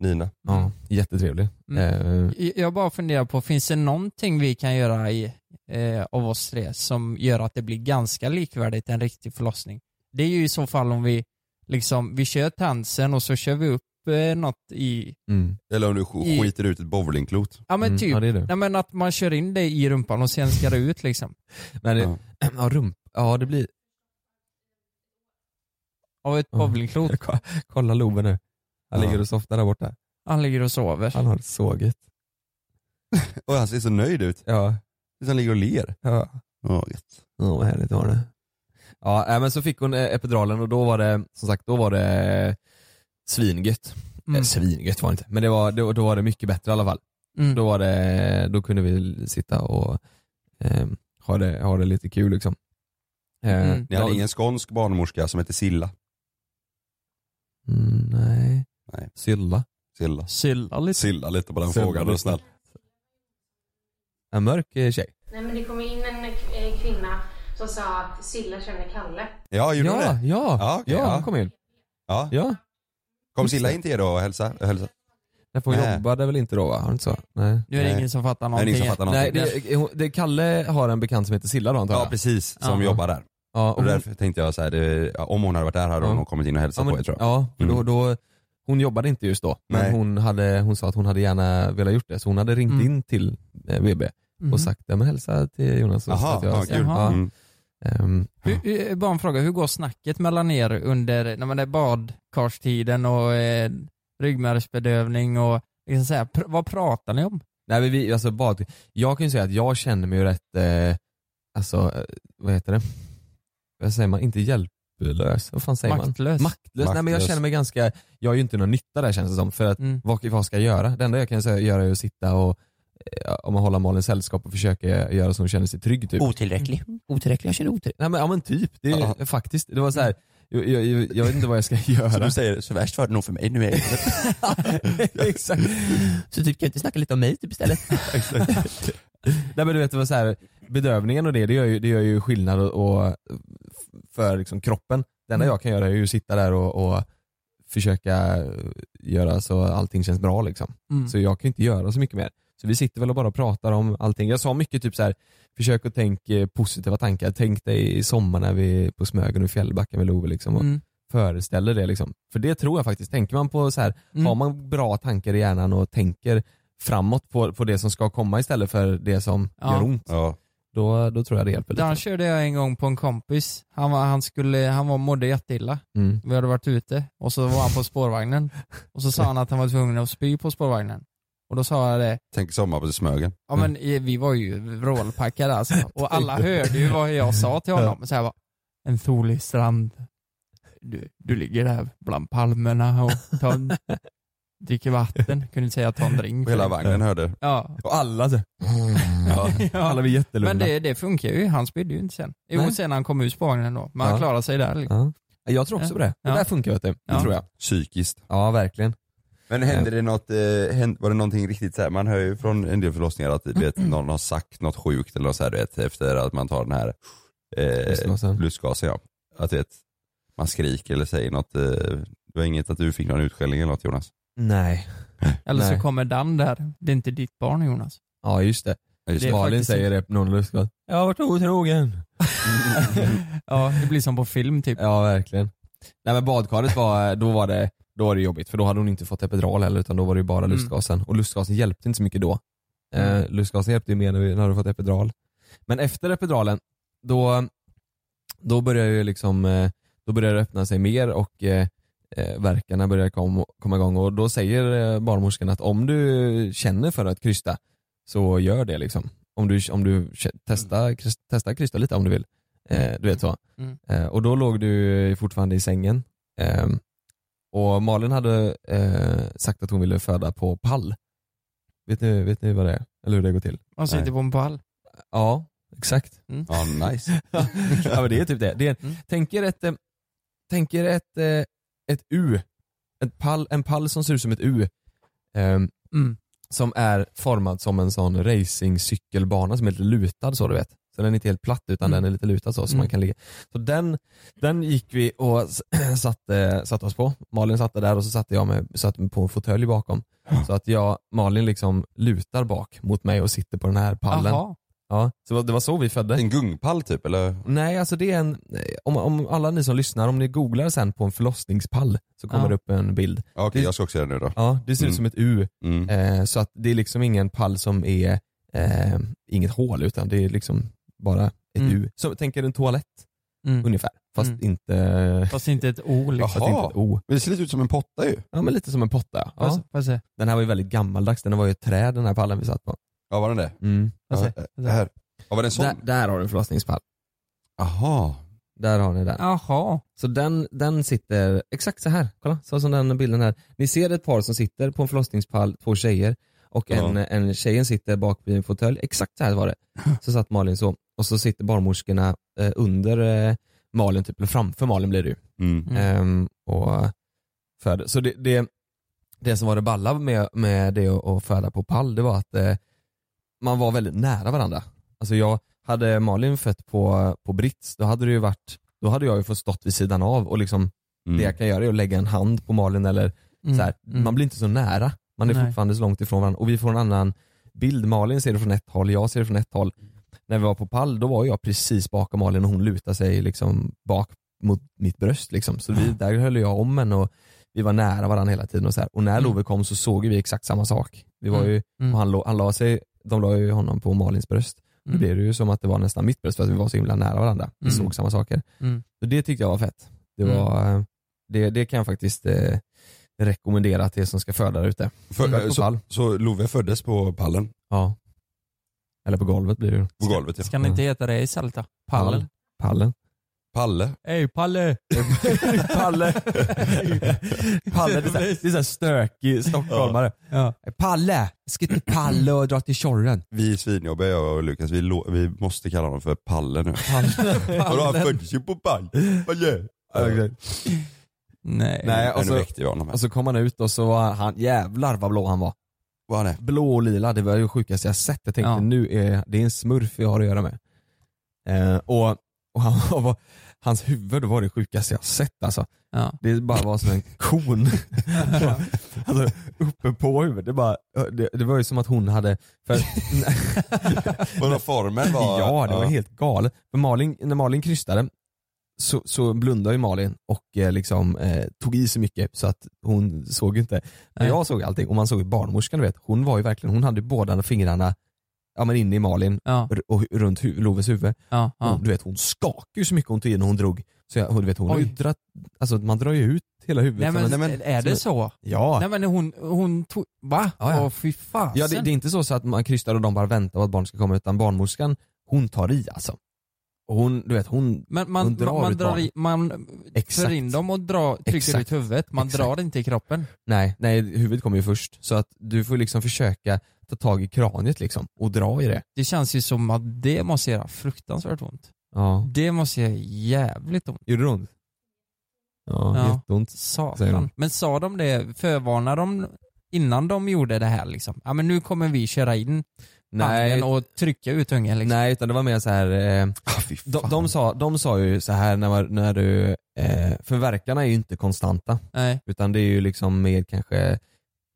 Speaker 4: Nina.
Speaker 6: Ja, jättetrevlig.
Speaker 5: Mm.
Speaker 6: Eh,
Speaker 5: Jag bara funderar på, finns det någonting vi kan göra i, eh, av oss tre som gör att det blir ganska likvärdigt en riktig förlossning? Det är ju i så fall om vi liksom, vi kör tansen och så kör vi upp eh, något i,
Speaker 6: mm.
Speaker 4: Eller om du sk-
Speaker 5: I-
Speaker 4: skiter ut ett bowlingklot.
Speaker 5: ja men
Speaker 6: Mm,
Speaker 5: typ,
Speaker 6: Ja, det är det.
Speaker 5: nej men att man kör in det i rumpan och sen ska det ut liksom.
Speaker 6: Men det,
Speaker 4: Ja.
Speaker 6: ja, rump, ja det blir,
Speaker 5: Av ett
Speaker 6: Ja.
Speaker 5: bowlingklot.
Speaker 6: kolla Love nu. Han
Speaker 4: Ja.
Speaker 6: ligger och softar där borta.
Speaker 5: Han ligger och sover.
Speaker 6: Han har det så gött.
Speaker 4: Och han ser så nöjd ut.
Speaker 6: Ja,
Speaker 4: Tills han ligger och ler.
Speaker 6: ja.
Speaker 4: Ja, gött.
Speaker 6: Ja, vad härligt var det. Ja, äh, men så fick hon eh, epiduralen och då var det, som sagt, då var det eh, svingött.
Speaker 5: Mm.
Speaker 6: Eh, Svingött var det inte, men det var, då, då var det mycket bättre i alla fall.
Speaker 5: Mm.
Speaker 6: Då, var det, då kunde vi sitta och eh, ha, det, ha det lite kul liksom. Eh,
Speaker 5: Mm.
Speaker 4: Ni hade
Speaker 6: de-
Speaker 4: ingen skånsk barnmorska som hette Silla.
Speaker 6: Mm, nej.
Speaker 4: Nej.
Speaker 6: Sylla.
Speaker 4: Silla.
Speaker 5: Sylla lite.
Speaker 4: Silla lite på den
Speaker 6: Silla
Speaker 4: frågan, är du
Speaker 6: lite.
Speaker 4: snäll.
Speaker 6: En mörk eh, tjej.
Speaker 7: Nej men det kom in en eh, kvinna som sa att Silla känner Kalle.
Speaker 4: Ja, gjorde
Speaker 6: ja,
Speaker 4: hon det?
Speaker 6: ja,
Speaker 4: Ja, okej,
Speaker 6: ja,
Speaker 4: ja.
Speaker 6: hon kom in.
Speaker 4: Ja.
Speaker 6: Ja.
Speaker 4: Kom Silla in till er då och hälsa? hälsa.
Speaker 6: Nej, för hon
Speaker 4: Nej.
Speaker 6: jobbade väl inte då va? Har hon inte så? Nej.
Speaker 5: Nu är det
Speaker 4: Nej.
Speaker 5: ingen som fattar
Speaker 4: Nej,
Speaker 5: någonting.
Speaker 4: ni som fattar
Speaker 6: Nej,
Speaker 4: någonting.
Speaker 6: det, hon- det, Kalle har en bekant som heter Silla då antar jag?
Speaker 4: Ja, precis. Som
Speaker 5: Ja.
Speaker 4: jobbar där.
Speaker 6: Ja,
Speaker 4: Och
Speaker 6: hon-
Speaker 4: därför tänkte jag så här, det, ja, om hon hade varit där hade hon
Speaker 6: Ja.
Speaker 4: nog kommit in och hälsat
Speaker 6: Ja, men,
Speaker 4: på er tror jag.
Speaker 6: ja för då,
Speaker 4: Mm.
Speaker 6: då, hon jobbade inte just då, men
Speaker 4: Nej.
Speaker 6: hon, hade, hon sa att hon hade gärna velat gjort det, så hon hade ringt
Speaker 5: Mm.
Speaker 6: in till eh, VB
Speaker 5: Mhm.
Speaker 6: och sagt ja, men hälsa till Jonas. och så
Speaker 4: Mm. Jaha,
Speaker 6: att jag-
Speaker 4: ja, kul.
Speaker 5: Jaha.
Speaker 6: Ja,
Speaker 4: Mm.
Speaker 6: ehm,
Speaker 5: Hur, hur- eh, bara en fråga, hur går snacket mellan er under när man är badkarstiden och eh, ryggmärgsbedövning och liksom så här, pr- vad pratar ni om?
Speaker 6: nej, men vi, alltså, bad, jag kan ju säga att jag känner mig ju rätt, eh, alltså, eh, vad heter det? Vad säger man? Inte hjälplös? Vad fan säger man?
Speaker 5: Maktlös?
Speaker 6: Maktlös. Nej men jag
Speaker 4: Maktlös.
Speaker 6: känner mig ganska, jag är ju inte någon nytta där känns det som. För att
Speaker 5: Mm.
Speaker 6: vad, vad ska jag göra? Det enda jag kan säga- göra är att sitta och, eh, om man håller Malin sällskap och försöka göra så hon känner sig trygg typ.
Speaker 8: Otillräcklig. Otillräcklig, jag känner otillräcklig.
Speaker 6: Nej men, ja, men typ, det är
Speaker 4: Ja.
Speaker 6: faktiskt. Det var så här, jag, jag, jag, jag vet inte vad jag ska göra.
Speaker 8: Så du säger, så värst var det nog för mig. Nu är jag Exakt. Så typ, kan jag inte snacka lite om mig typ istället?
Speaker 6: Nej men du vet, det var så här, bedövningen och det, det gör ju, det gör ju skillnad och, och för liksom kroppen. Det enda jag kan göra är ju att sitta där och, och försöka göra så allting känns bra liksom.
Speaker 5: Mm.
Speaker 6: Så jag kan ju inte göra så mycket mer. Så vi sitter väl och bara pratar om allting. Jag sa mycket typ så här, försök att tänka eh, positiva tankar. Tänk dig i sommar när vi är på Smögen och i Fjällbacka med Love liksom. Och
Speaker 5: Mm.
Speaker 6: föreställer det liksom. För det tror jag faktiskt. Tänker man på så här,
Speaker 5: Mm.
Speaker 6: Har man bra tankar i hjärnan och tänker framåt på, på det som ska komma istället för det som
Speaker 5: Ja.
Speaker 6: gör ont,
Speaker 4: Ja.
Speaker 6: då, då tror jag det hjälper
Speaker 5: Den
Speaker 6: lite.
Speaker 5: körde jag en gång på en kompis. Han, var, han, skulle, han var, mådde jätteilla.
Speaker 6: Mm.
Speaker 5: Vi hade varit ute och så var han på spårvagnen. Och så sa han att han var tvungen att spy på spårvagnen. Och då sa jag det,
Speaker 4: Tänk sommar på Smögen.
Speaker 5: ja men eh, vi var ju vrålpackade alltså. Och alla hörde ju vad jag sa till honom. Så jag bara, en solig strand. Du, du ligger där bland palmerna och tar en, dricker vatten. Kunde inte säga ta en drink.
Speaker 4: Och hela vagnen hörde.
Speaker 5: Ja.
Speaker 6: Och alla så.
Speaker 4: Mm.
Speaker 6: Alla
Speaker 5: ja.
Speaker 6: blir jättelugna.
Speaker 5: Men det, det funkar ju, han spydde ju inte sen. Jo,
Speaker 6: Nej.
Speaker 5: sen han kom ur spårvagnen då. Men han
Speaker 6: Ja.
Speaker 5: klarade sig där. Liksom.
Speaker 6: ja. Jag tror också på det.
Speaker 5: Ja.
Speaker 6: Det där funkar vet du. Det
Speaker 5: Ja.
Speaker 6: tror jag.
Speaker 4: Psykiskt.
Speaker 6: Ja verkligen.
Speaker 4: Men hände det något, eh, hände, var det någonting riktigt så här, man hör ju från en del förlossningar att du vet,
Speaker 5: Mm.
Speaker 4: någon har sagt något sjukt eller något så här, du vet, efter att man tar den här eh,
Speaker 6: Lustgasen.
Speaker 4: lustgasen. Ja. Att du vet, man skriker eller säger något. Eh, det var inget att du fick någon utskällning eller något Jonas?
Speaker 6: Nej.
Speaker 5: Eller
Speaker 6: Nej.
Speaker 5: så kommer Dan där. Det är inte ditt barn Jonas.
Speaker 6: Ja just det.
Speaker 4: Ja, just
Speaker 5: Det är
Speaker 6: Malin
Speaker 5: faktiskt
Speaker 6: säger det på någon lustgas. Jag har varit otrogen.
Speaker 5: Ja, det blir som på film typ.
Speaker 6: Ja verkligen. Nej men badkaret var, då var det, då var det jobbigt för då hade hon inte fått epidural heller utan då var det ju bara
Speaker 5: Mm.
Speaker 6: lustgasen. Och lustgasen hjälpte inte så mycket då. Eh, lustgasen hjälpte ju mer när, vi, när du fått epidural. Men efter epiduralen, då, då började ju liksom, eh, då började det öppna sig mer och eh, eh, verkarna började kom, komma igång och då säger eh, barnmorskan att om du känner för att krysta så gör det liksom. Om du, om du k- testa, kryst- testa krysta lite om du vill. Eh, du vet så.
Speaker 5: Mm.
Speaker 6: Eh, och då låg du fortfarande i sängen. Eh, och Malin hade eh, sagt att hon ville föda på pall. Vet ni, vet ni vad det är? Eller hur det går till?
Speaker 5: Man sitter
Speaker 4: Nej.
Speaker 5: på en pall.
Speaker 6: Ja, exakt.
Speaker 4: Ja, nice.
Speaker 6: ja, men det är typ det. det är,
Speaker 5: Mm.
Speaker 6: Tänk er ett, eh, tänk er ett, eh, ett U. Ett pall, en pall som ser ut som ett U. Ehm,
Speaker 5: Mm.
Speaker 6: som är formad som en sån racingcykelbana som är lite lutad så du vet. Så den är inte helt platt utan den är lite lutad så, så
Speaker 5: Mm.
Speaker 6: man kan ligga. Så den, den gick vi och s- satte, satte oss på. Malin satte där och så satte jag mig, satt mig på en fåtölj bakom. Så att jag, Malin liksom lutar bak mot mig och sitter på den här pallen.
Speaker 5: Jaha.
Speaker 6: Ja, så det var- det var så vi födde.
Speaker 4: En gungpall typ eller?
Speaker 6: Nej, alltså det är en, om, om alla ni som lyssnar, om ni googlar sen på en förlossningspall så kommer
Speaker 5: Ja.
Speaker 6: det upp en bild.
Speaker 4: Ja, Okej
Speaker 6: Det-
Speaker 4: jag ska också göra det nu då.
Speaker 6: Ja, det ser
Speaker 4: Mm.
Speaker 6: ut som ett U.
Speaker 4: Mm.
Speaker 6: Eh, så att det är liksom ingen pall som är eh, inget hål utan det är liksom bara ett
Speaker 5: Mm.
Speaker 6: U. Så tänk er en toalett
Speaker 5: Mm.
Speaker 6: ungefär, fast
Speaker 5: Mm.
Speaker 6: inte
Speaker 5: Fast inte ett O liksom.
Speaker 6: fast inte ett O.
Speaker 4: Men det ser lite ut som en potta ju.
Speaker 6: Ja men lite som en potta.
Speaker 5: Får jag
Speaker 6: Ja.
Speaker 5: se- får jag se?
Speaker 6: Den här var ju väldigt gammaldags, den var ju ett träd den här pallen vi satt på.
Speaker 4: Ja var den det?
Speaker 6: Mm.
Speaker 5: Får jag se?
Speaker 4: Ja, det Eh, här. Ja var det en sån?
Speaker 6: Där, där har du en förlossningspall.
Speaker 4: Aha.
Speaker 6: Där har ni den.
Speaker 5: Jaha.
Speaker 6: Så den, den sitter exakt så här. Kolla, så som den bilden här. Ni ser ett par som sitter på en förlossningspall, två tjejer. Och en,
Speaker 4: Ja.
Speaker 6: en tjejen sitter bak vid en fåtölj. Exakt så här var det. Så satt Malin så. Och så sitter barnmorskorna eh, under eh, Malin, typ, eller framför Malin blir det ju.
Speaker 4: Mm.
Speaker 6: Ehm, och föder. Så det, det, det som var det balla med, med det att- att föda på pall, det var att eh, man var väldigt nära varandra. Alltså jag, hade Malin fött på, på Brits, då hade det ju varit då hade jag ju fått stått vid sidan av och liksom
Speaker 4: Mm.
Speaker 6: det jag kan göra är att lägga en hand på Malin eller
Speaker 5: Mm.
Speaker 6: så här.
Speaker 5: Mm.
Speaker 6: man blir inte så nära. Man är
Speaker 5: Nej.
Speaker 6: fortfarande så långt ifrån varandra och vi får en annan bild. Malin ser det från ett håll, jag ser det från ett håll. När vi var på pall då var jag precis bakom Malin och hon lutade sig liksom bak mot mitt bröst liksom. Så vi, där höll jag om henne och vi var nära varandra hela tiden och så här. Och när
Speaker 5: Mm.
Speaker 6: Love kom så såg ju vi exakt samma sak. Vi var ju,
Speaker 5: Mm.
Speaker 6: och han, lå- han la sig, de la ju honom på Malins bröst. Då
Speaker 5: Mm.
Speaker 6: blev det ju som att det var nästan mitt bröst för att vi var så himla nära varandra. Vi
Speaker 5: Mm.
Speaker 6: såg samma saker.
Speaker 5: Mm.
Speaker 6: Så det tyckte jag var fett. Det,
Speaker 5: Mm.
Speaker 6: var, eh, det, det kan jag faktiskt eh, rekommendera till er som ska föda där ute.
Speaker 4: För,
Speaker 6: Mm.
Speaker 4: eh,
Speaker 6: På
Speaker 4: så,
Speaker 6: pall.
Speaker 4: så Love föddes på pallen?
Speaker 6: Ja. Eller på golvet blir det ju.
Speaker 4: På golvet ja.
Speaker 5: Ska ni inte heta det i Sälta? Pall.
Speaker 6: Pallen.
Speaker 4: Palle?
Speaker 5: Ey Palle!
Speaker 6: Palle. Palle, det är så här- det är såhär stökig stockholmare.
Speaker 5: Ja.
Speaker 6: Palle! Ska till Palle och dra till Tjorren.
Speaker 4: Vi är svinjobbiga jag och Lukas, vi, lo- vi måste kalla honom för Palle nu. Vadå han föddes ju på pall? Palle!
Speaker 5: Nej.
Speaker 4: Nej,
Speaker 6: Nej, alltså-
Speaker 4: och
Speaker 6: och
Speaker 4: så,
Speaker 6: så-
Speaker 4: nu väckte vi honom här.
Speaker 6: Och så kom han ut och så var han, jävlar vad blå han var.
Speaker 4: Vad han är.
Speaker 6: blå och lila, det var det sjukaste jag sett. Jag tänkte
Speaker 5: Ja.
Speaker 6: nu är det är en smurf jag har att göra med. Eh, och och han, var, hans huvud var det sjukaste jag sett alltså.
Speaker 5: Ja.
Speaker 6: Det bara var som en kon. alltså, uppe på huvudet, det, bara, det, det var ju som att hon hade... För,
Speaker 4: Vadå formen var?
Speaker 6: ja, det var helt galet. För Malin, när Malin krystade så, så blundade ju Malin och eh, liksom, eh, tog i så mycket så att hon såg ju inte. Men
Speaker 5: Nej.
Speaker 6: jag såg allting och man såg ju barnmorskan du vet, hon var ju verkligen, hon hade ju båda fingrarna ja, men inne i Malin
Speaker 5: Ja.
Speaker 6: r- och hu- runt hu- Loves huvud.
Speaker 5: Ja.
Speaker 6: Hon,
Speaker 5: Ja.
Speaker 6: du vet, hon skakade ju så mycket hon tog i när hon drog. Så jag, hon- du vet, hon har ju
Speaker 5: Oj.
Speaker 6: dratt, alltså man drar ju ut hela huvudet.
Speaker 5: Nej,
Speaker 6: som
Speaker 5: men,
Speaker 6: en-
Speaker 5: är
Speaker 6: som
Speaker 5: det
Speaker 6: en-
Speaker 5: så?
Speaker 6: Ja.
Speaker 5: Nej men hon, hon tog, va?
Speaker 6: Ja, ja.
Speaker 5: Åh fy fasen.
Speaker 6: Ja, det, det är inte så, så att man krystar och de bara väntar på att barn ska komma utan barnmorskan, hon tar i alltså. Och hon, du vet, hon,
Speaker 5: Men man,
Speaker 6: Hon drar
Speaker 5: man, man,
Speaker 6: ut
Speaker 5: drar i,
Speaker 6: barnet.
Speaker 5: man för
Speaker 6: Exakt.
Speaker 5: in dem och drar, trycker
Speaker 6: Exakt.
Speaker 5: ut huvudet, man
Speaker 6: Exakt.
Speaker 5: drar inte i kroppen.
Speaker 6: nej, nej huvudet kommer ju först. Så att du får liksom försöka ta tag i kraniet liksom och dra i det.
Speaker 5: Det känns ju som att det måste göra fruktansvärt ont.
Speaker 6: Ja.
Speaker 5: Det måste göra jävligt ont.
Speaker 6: Gjorde det ont? Ja,
Speaker 5: Ja.
Speaker 6: jätteont. Säger
Speaker 5: Satan.
Speaker 6: de.
Speaker 5: Men sa de det, förvarnade de innan de gjorde det här liksom? Ja men nu kommer vi köra in handen
Speaker 6: Nej,
Speaker 5: och trycka ut ungen liksom.
Speaker 6: nej, utan det var mer så här. Eh,
Speaker 4: Ah, fy fan.
Speaker 6: de, de, sa, de sa ju så här när, man- när du, eh, för verkarna är ju inte konstanta.
Speaker 5: Nej.
Speaker 6: Utan det är ju liksom mer kanske,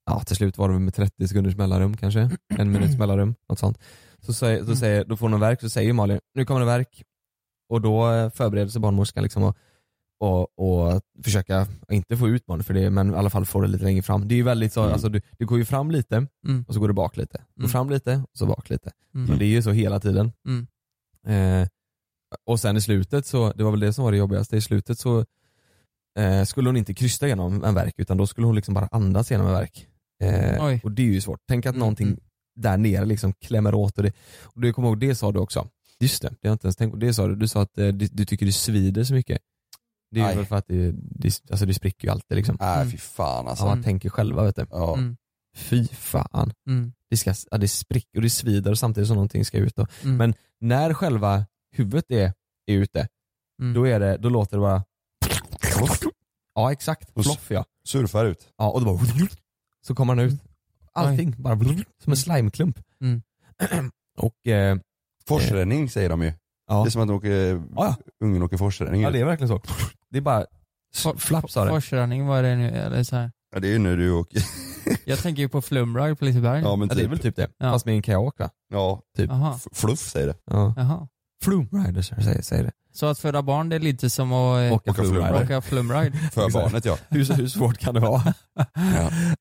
Speaker 6: ja till slut var det väl med 30 sekunders mellanrum kanske, en minuts mellanrum, något sånt. Så, säger,
Speaker 5: Mm.
Speaker 6: så säger, då får hon en verk så säger Malin, nu kommer det verk. Och då eh, förbereder sig barnmorskan liksom och, och, och försöka, inte få ut barnet för det, men i alla fall få det lite längre fram. Det är ju väldigt så,
Speaker 4: Mm.
Speaker 6: alltså du, du går ju fram lite
Speaker 5: Mm.
Speaker 6: och så går du bak lite. Går
Speaker 5: Mm.
Speaker 6: fram lite och så bak lite.
Speaker 5: Mm.
Speaker 6: Men det är ju så hela tiden.
Speaker 5: Mm.
Speaker 6: Eh, och sen i slutet så, det var väl det som var det jobbigaste, i slutet så eh, skulle hon inte krysta genom en verk utan då skulle hon liksom bara andas genom en verk.
Speaker 5: Oj.
Speaker 6: Eh, och det är ju svårt. Tänk att
Speaker 5: Mm,
Speaker 6: någonting
Speaker 5: mm.
Speaker 6: där nere liksom klämmer åt och det, och du kommer ihåg, det sa du också. Just det, det har jag inte ens tänkt på. Det sa du, du sa att eh, du, du tycker det svider så mycket. Det är
Speaker 4: Aj.
Speaker 6: ju väl för att det, det, alltså det spricker ju alltid liksom.
Speaker 4: Nej fy fan alltså.
Speaker 6: Ja, man
Speaker 5: Mm.
Speaker 6: tänker själva vet du.
Speaker 4: Ja.
Speaker 5: Mm.
Speaker 6: Fy fan.
Speaker 5: Mm.
Speaker 6: Det, ska, ja, det spricker och det svider samtidigt som någonting ska ut. Och
Speaker 5: Mm.
Speaker 6: Men när själva huvudet är, är ute,
Speaker 5: Mm.
Speaker 6: då, är det, då låter det bara... Ja exakt,
Speaker 4: Och s-
Speaker 6: floff ja.
Speaker 4: Surfar ut.
Speaker 6: ja. Och då bara... Så kommer han ut. Allting bara som en slimeklump.
Speaker 5: Mm.
Speaker 6: Och eh,
Speaker 4: Forsränning säger de ju.
Speaker 6: Ja.
Speaker 4: Det är som att de åker,
Speaker 6: Ja,
Speaker 4: ungen åker forsränning.
Speaker 6: ja,
Speaker 4: Ja,
Speaker 6: det är verkligen så. Det är bara
Speaker 5: For-
Speaker 6: flapsar det.
Speaker 5: Forsränning var det nu, eller så här.
Speaker 4: det är ju när du åker.
Speaker 5: Jag tänker ju på flumride på Liseberg.
Speaker 4: Ja men
Speaker 6: Ja,
Speaker 4: typ.
Speaker 6: det är väl typ det.
Speaker 5: Ja.
Speaker 6: Fast med en kajak va?
Speaker 4: Ja,
Speaker 6: typ.
Speaker 5: Jaha.
Speaker 4: f- fluff säger det.
Speaker 6: Ja.
Speaker 5: Jaha.
Speaker 6: Flumriders säger, säger det.
Speaker 5: Så att föda barn det är lite som att eh,
Speaker 6: Åka flumrider.
Speaker 5: åka flumride?
Speaker 4: För
Speaker 6: Exakt.
Speaker 4: barnet ja.
Speaker 6: Hur, hur svårt kan det vara?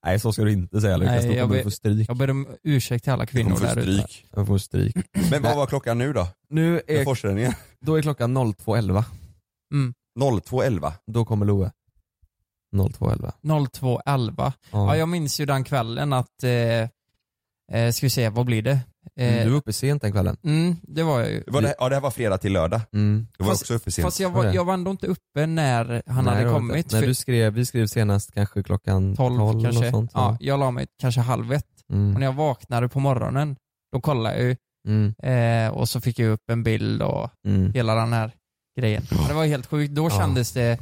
Speaker 6: Nej så ska du inte säga Lukas,
Speaker 5: Nej,
Speaker 6: då
Speaker 5: jag
Speaker 6: kommer du
Speaker 5: vet-
Speaker 6: få stryk.
Speaker 5: Jag ber om ursäkt till alla
Speaker 4: De
Speaker 5: kvinnor
Speaker 4: får
Speaker 5: där ute.
Speaker 4: stryk.
Speaker 6: Jag får stryk.
Speaker 4: Men vad var klockan nu då?
Speaker 6: Nu
Speaker 4: Med
Speaker 6: är,
Speaker 4: forsränningen?
Speaker 6: då är klockan 02.11.
Speaker 5: Mm.
Speaker 4: 02.11.
Speaker 6: Då kommer Loe. 02.11.
Speaker 5: 02.11. Ja, jag minns ju den kvällen att, eh, eh, ska vi se, vad blir det? Eh,
Speaker 6: Du var uppe sent den kvällen.
Speaker 5: mm, det var jag ju.
Speaker 4: Det var det, ja det här var fredag till lördag.
Speaker 6: Mm.
Speaker 4: Det var
Speaker 5: Fast-
Speaker 4: också uppe sent.
Speaker 5: Fast jag
Speaker 6: Var
Speaker 5: var,
Speaker 6: det?
Speaker 5: jag var ändå inte uppe när han
Speaker 6: Nej, det
Speaker 5: hade
Speaker 6: var
Speaker 5: kommit.
Speaker 6: inte. Nej,
Speaker 5: för
Speaker 6: du skrev, vi skrev senast kanske klockan 12,
Speaker 5: 12,
Speaker 6: eller
Speaker 5: kanske.
Speaker 6: något sånt.
Speaker 5: ja, jag la mig kanske halv ett.
Speaker 6: Mm.
Speaker 5: Och när jag vaknade på morgonen, då kollade jag ju
Speaker 6: Mm.
Speaker 5: eh, och så fick jag upp en bild och
Speaker 6: Mm.
Speaker 5: hela den här grejen. Men Det var helt sjukt. Då
Speaker 6: Ja.
Speaker 5: kändes det,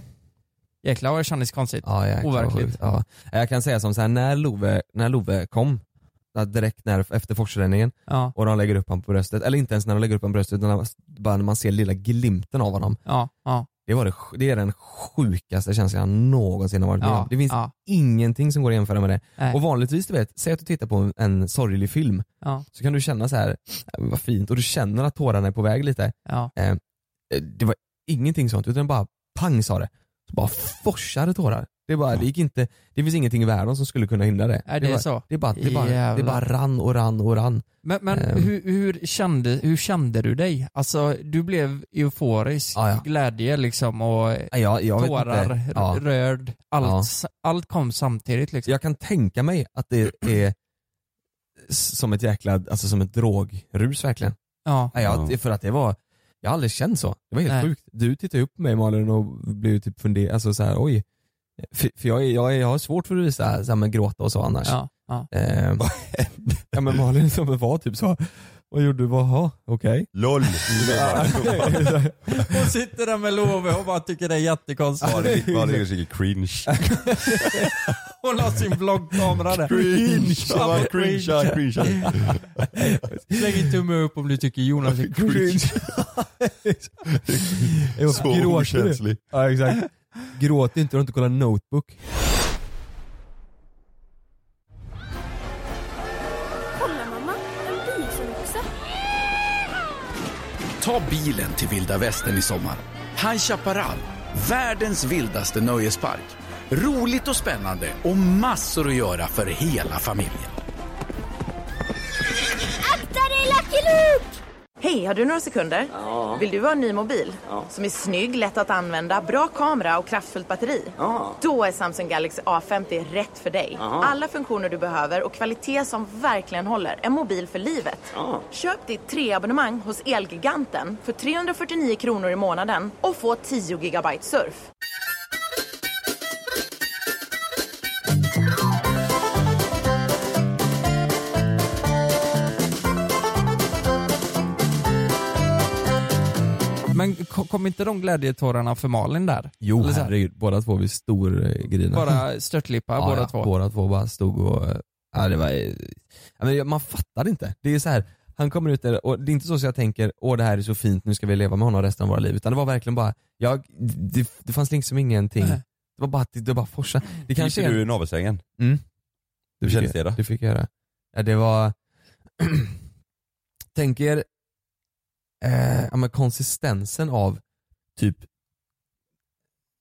Speaker 5: jäklar vad det kändes konstigt.
Speaker 6: Ja, jäklar, vad
Speaker 5: Overkligt.
Speaker 6: sjukt. Ja. Jag kan säga som så här, när Love, när Love kom, ja, direkt när, efter forsränningen
Speaker 5: Ja,
Speaker 6: och de lägger upp honom på bröstet, eller inte ens när de lägger upp honom på bröstet utan när man- bara när man ser lilla glimten av honom.
Speaker 5: ja, ja.
Speaker 6: Det, var det, sj- det är den sjukaste känslan jag någonsin har varit med om.
Speaker 5: ja,
Speaker 6: Det finns
Speaker 5: ja,
Speaker 6: ingenting som går att jämföra med det.
Speaker 5: Nej.
Speaker 6: Och vanligtvis, du vet, säg att du tittar på en, en sorglig film
Speaker 5: ja,
Speaker 6: så kan du känna så här, "Äh, men vad fint, och du känner att tårarna är på väg lite.
Speaker 5: ja.
Speaker 6: Eh, det var ingenting sånt utan bara pang sa det. Så bara forsade tårar. Det, bara, det, gick inte, det finns ingenting i världen som skulle kunna hindra det.
Speaker 5: Är det
Speaker 6: bara,
Speaker 5: så?
Speaker 6: Det bara, det, bara, det
Speaker 5: Jävlar.
Speaker 6: bara rann och rann och rann.
Speaker 5: Men, men
Speaker 6: Ehm.
Speaker 5: hur, hur, kände, hur kände du dig? Alltså, du blev euforisk,
Speaker 6: Ja, ja.
Speaker 5: glädje liksom och
Speaker 6: Ja, Jag, jag, vet
Speaker 5: tårar,
Speaker 6: inte. Ja.
Speaker 5: r- röd, allt,
Speaker 6: Ja.
Speaker 5: s- allt kom samtidigt liksom.
Speaker 6: jag kan tänka mig att det är s- som ett jäkla, alltså som ett drogrus verkligen.
Speaker 5: Ja,
Speaker 6: Ja, jag, För att det var, jag har aldrig känt så. Det var helt
Speaker 5: Nej.
Speaker 6: sjukt. Du tittade ju upp på mig Malin och blev ju typ funderad, alltså så här, oj. För, för jag, är- jag, är- jag har svårt för att visa, så här, men gråta och så annars.
Speaker 5: ja, ja.
Speaker 6: Eh, ja men Malin som var typ så, vad gjorde du? Jaha, okej.
Speaker 4: LOL!
Speaker 5: Hon sitter där med Love och bara tycker det är jättekonstigt.
Speaker 4: Vad ligger sig cringe.
Speaker 5: Hon har sin vloggkamera där.
Speaker 4: Cringe! Cringe! Cringe!
Speaker 5: Släng en tumme upp om du tycker Jonas
Speaker 4: Alltså,
Speaker 5: är cringe.
Speaker 6: Okay.
Speaker 4: Så okänslig.
Speaker 6: Ja exakt. Gråt inte, du har inte kollat notebook.
Speaker 7: Kolla mamma, en bifoxe.
Speaker 3: Ta bilen till vilda västern i sommar. High Chaparral, världens vildaste nöjespark. Roligt och spännande och massor att göra för hela familjen.
Speaker 7: Akta dig Lucky Luke!
Speaker 9: Hej, har du några sekunder? Vill du ha en ny mobil? Som är snygg, lätt att använda, bra kamera och kraftfullt batteri? Då är Samsung Galaxy A50 rätt för dig. Alla funktioner du behöver och kvalitet som verkligen håller. En mobil för livet. Köp ditt treabonnemang hos Elgiganten för 349 kronor i månaden och få 10 gigabyte surf.
Speaker 5: Men ko- kom inte de glädjetårarna för Malin där?
Speaker 6: Jo
Speaker 5: Eller så här.
Speaker 6: herregud, båda två eh, blev storgrina.
Speaker 5: Bara störtlippa
Speaker 6: Ja,
Speaker 5: båda
Speaker 6: ja,
Speaker 5: två.
Speaker 6: Båda två bara stod och, eh, ja det var, eh, ja, men man fattar inte. Det är så här, han kommer ut där och det är inte så att jag tänker, åh det här är så fint, nu ska vi leva med honom resten av våra liv. Utan det var verkligen bara, jag, det, det fanns liksom ingenting.
Speaker 5: Nej.
Speaker 6: Det var bara, det, det var bara forsa. Det kanske
Speaker 4: Kanske
Speaker 6: är
Speaker 4: du i navelsträngen?
Speaker 6: det
Speaker 4: Hur
Speaker 6: fick
Speaker 4: kändes
Speaker 6: jag-
Speaker 4: det då?
Speaker 6: Det fick jag göra. Ja, det var... Tänk er eh, ja, men konsistensen av typ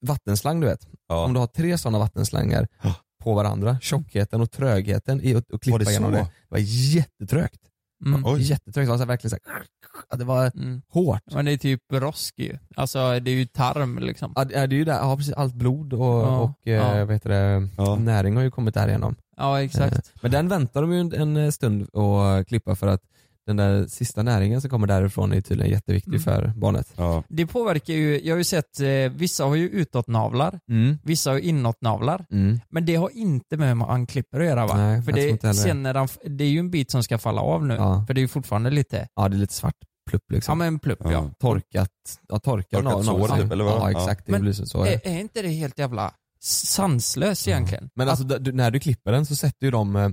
Speaker 6: vattenslang du vet. Om
Speaker 4: Ja.
Speaker 6: du har tre sådana vattenslangar
Speaker 4: Ja.
Speaker 6: på varandra, tjockheten och trögheten i att att klippa
Speaker 4: Var det
Speaker 6: igenom
Speaker 4: så?
Speaker 6: det. Det var jättetrögt.
Speaker 5: Mm.
Speaker 4: Oj.
Speaker 6: Jättetrögt. Det var så här, verkligen så här, ja, det var
Speaker 5: Mm.
Speaker 6: hårt.
Speaker 5: Men det är typ rosk ju. Alltså det är ju tarm liksom.
Speaker 6: Ja, det ja, det är ju där, ja, precis, allt blod och,
Speaker 5: Ja,
Speaker 6: och eh,
Speaker 5: ja.
Speaker 6: Vad heter det,
Speaker 4: Ja.
Speaker 6: näring har ju kommit därigenom.
Speaker 5: Ja exakt.
Speaker 6: Eh, Men den väntar de ju en, en eh, stund att klippa för att den där sista näringen som kommer därifrån är tydligen jätteviktig
Speaker 5: Mm.
Speaker 6: för barnet.
Speaker 4: Ja.
Speaker 5: Det påverkar ju, jag har ju sett, eh, vissa har ju utåtnavlar,
Speaker 6: Mm.
Speaker 5: vissa har ju inåtnavlar.
Speaker 6: Mm.
Speaker 5: Men det har inte med hur man klipper att göra va?
Speaker 6: Nej,
Speaker 5: För
Speaker 6: jag tror inte
Speaker 5: det,
Speaker 6: heller det.
Speaker 5: sen när den, f- det är ju en bit som ska falla av nu.
Speaker 6: Ja.
Speaker 5: För det är ju fortfarande lite,
Speaker 6: Ja det är lite svart plupp liksom.
Speaker 5: ja men plupp ja.
Speaker 4: Ja.
Speaker 6: Torkat, ja, torkat,
Speaker 4: Torkat sår
Speaker 6: naveln.
Speaker 4: typ, eller vad?
Speaker 6: Ja
Speaker 4: Ja.
Speaker 6: exakt, det
Speaker 5: Men-
Speaker 6: blir så. så är det.
Speaker 5: Är, är inte det helt jävla sanslöst egentligen?
Speaker 6: alltså, Men alltså d- du, när du klipper den så sätter ju de, eh,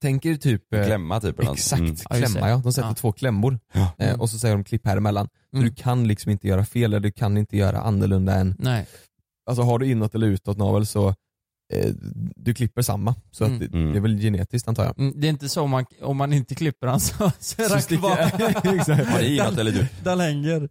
Speaker 6: Tänker typ... eh,
Speaker 4: Klämma typ eller något.
Speaker 6: Exakt,
Speaker 4: Mm.
Speaker 6: klämma ja. De sätter två klämmor eh, och så säger de klipp här emellan. Så du kan liksom inte göra fel eller du kan inte göra annorlunda än...
Speaker 5: Nej.
Speaker 6: Alltså har du inåt eller utåt navel så eh, du klipper samma. Så att
Speaker 5: Mm.
Speaker 6: det, det är väl genetiskt antar jag.
Speaker 5: Mm, Det är inte så man, om man inte klipper den så, så är
Speaker 6: Så
Speaker 5: den
Speaker 6: sticker-
Speaker 5: kvar.
Speaker 6: Exakt.
Speaker 4: Har ni inåt eller du?
Speaker 5: Den hänger.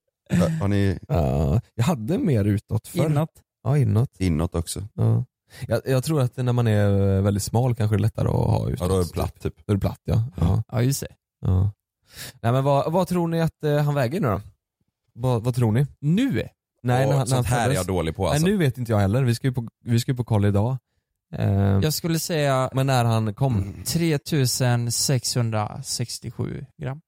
Speaker 4: Har ni
Speaker 6: Ja, jag hade mer utåt förr.
Speaker 5: Inåt.
Speaker 6: Ja, inåt.
Speaker 4: inåt också?
Speaker 6: Ja. Jag, jag tror att när man är väldigt smal kanske det är lättare att ha utåt.
Speaker 4: Ja då är det platt typ.
Speaker 6: Då är det platt ja. ja.
Speaker 5: Ja just det.
Speaker 6: ja. Nej, men vad, vad tror ni att eh, han väger nu då? Vad, vad tror ni?
Speaker 5: Nu?
Speaker 6: Nej, när han-
Speaker 4: och,
Speaker 6: när han
Speaker 4: sånt här är
Speaker 6: föddes.
Speaker 4: jag dålig på alltså.
Speaker 6: Nej, nu vet inte jag heller. Vi ska ju på, vi ska ju på koll idag. Eh,
Speaker 5: Jag Mm. skulle säga
Speaker 6: Men när han kom.
Speaker 5: 3667 gram.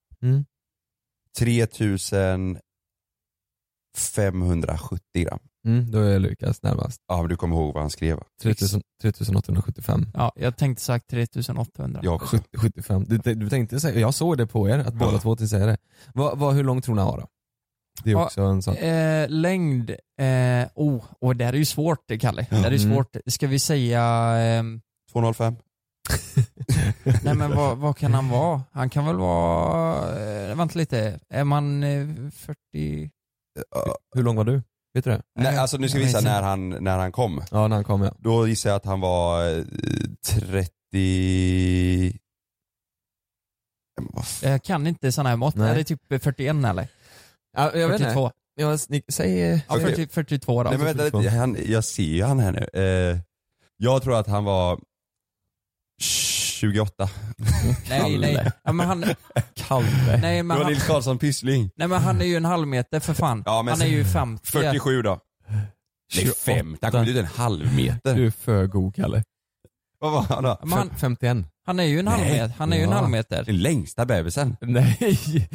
Speaker 4: 3570 gram.
Speaker 6: Mm, då är Lukas närmast.
Speaker 4: Ja men du kommer ihåg vad han skrev va?
Speaker 6: 3000 3875.
Speaker 5: Ja, jag tänkte sagt 3800.
Speaker 4: Jag också.
Speaker 6: 70 75. Du, du tänkte säga, jag såg det på er att båda två till säga det. Vad, vad, hur lång tror ni han var då? Det är
Speaker 5: Ja,
Speaker 6: också en sån.
Speaker 5: Eh, längd, eh, oh, och det här är ju svårt Kalle. Det här är ju
Speaker 6: Mm.
Speaker 5: svårt. Ska vi säga, ehm,
Speaker 4: 205.
Speaker 5: nej men vad, vad kan han vara? Han kan väl vara, eh, vänta lite, är man eh, 40?
Speaker 6: Hur lång var du? Vet du det?
Speaker 4: Nej, alltså nu ska vi
Speaker 5: Jag
Speaker 4: gissa
Speaker 5: vet inte.
Speaker 4: när han, när han kom.
Speaker 6: Ja, när han kom ja.
Speaker 4: Då gissar jag att han var eh, 30... Men vad fan?
Speaker 5: Jag kan inte sådana här mått.
Speaker 6: Nej.
Speaker 5: Är det typ 41 eller?
Speaker 6: ja jag
Speaker 5: 42.
Speaker 6: Jag, snick, säg... eh,
Speaker 5: Ja, 40, 42 då.
Speaker 4: Nej men vänta lite, han, jag ser ju han här nu. Eh, jag tror att han var 28.
Speaker 5: nej, nej. Ja, men han,
Speaker 6: Kalle.
Speaker 5: nej, men
Speaker 4: det var
Speaker 5: han,
Speaker 4: Nils Karlsson Pyssling.
Speaker 5: nej men han är ju en halv meter för fan.
Speaker 4: Ja, men
Speaker 5: han är ju 50.
Speaker 4: 47 då. Nej 50, han kom ju ut en halv
Speaker 6: Du
Speaker 4: meter.
Speaker 6: är för god Kalle.
Speaker 4: Vad var han då?
Speaker 5: Men han,
Speaker 6: 51.
Speaker 5: han är ju en halv
Speaker 4: Nej.
Speaker 5: meter. Han är ju en
Speaker 6: Ja.
Speaker 5: halv meter.
Speaker 4: Den längsta bebisen.
Speaker 6: Nej.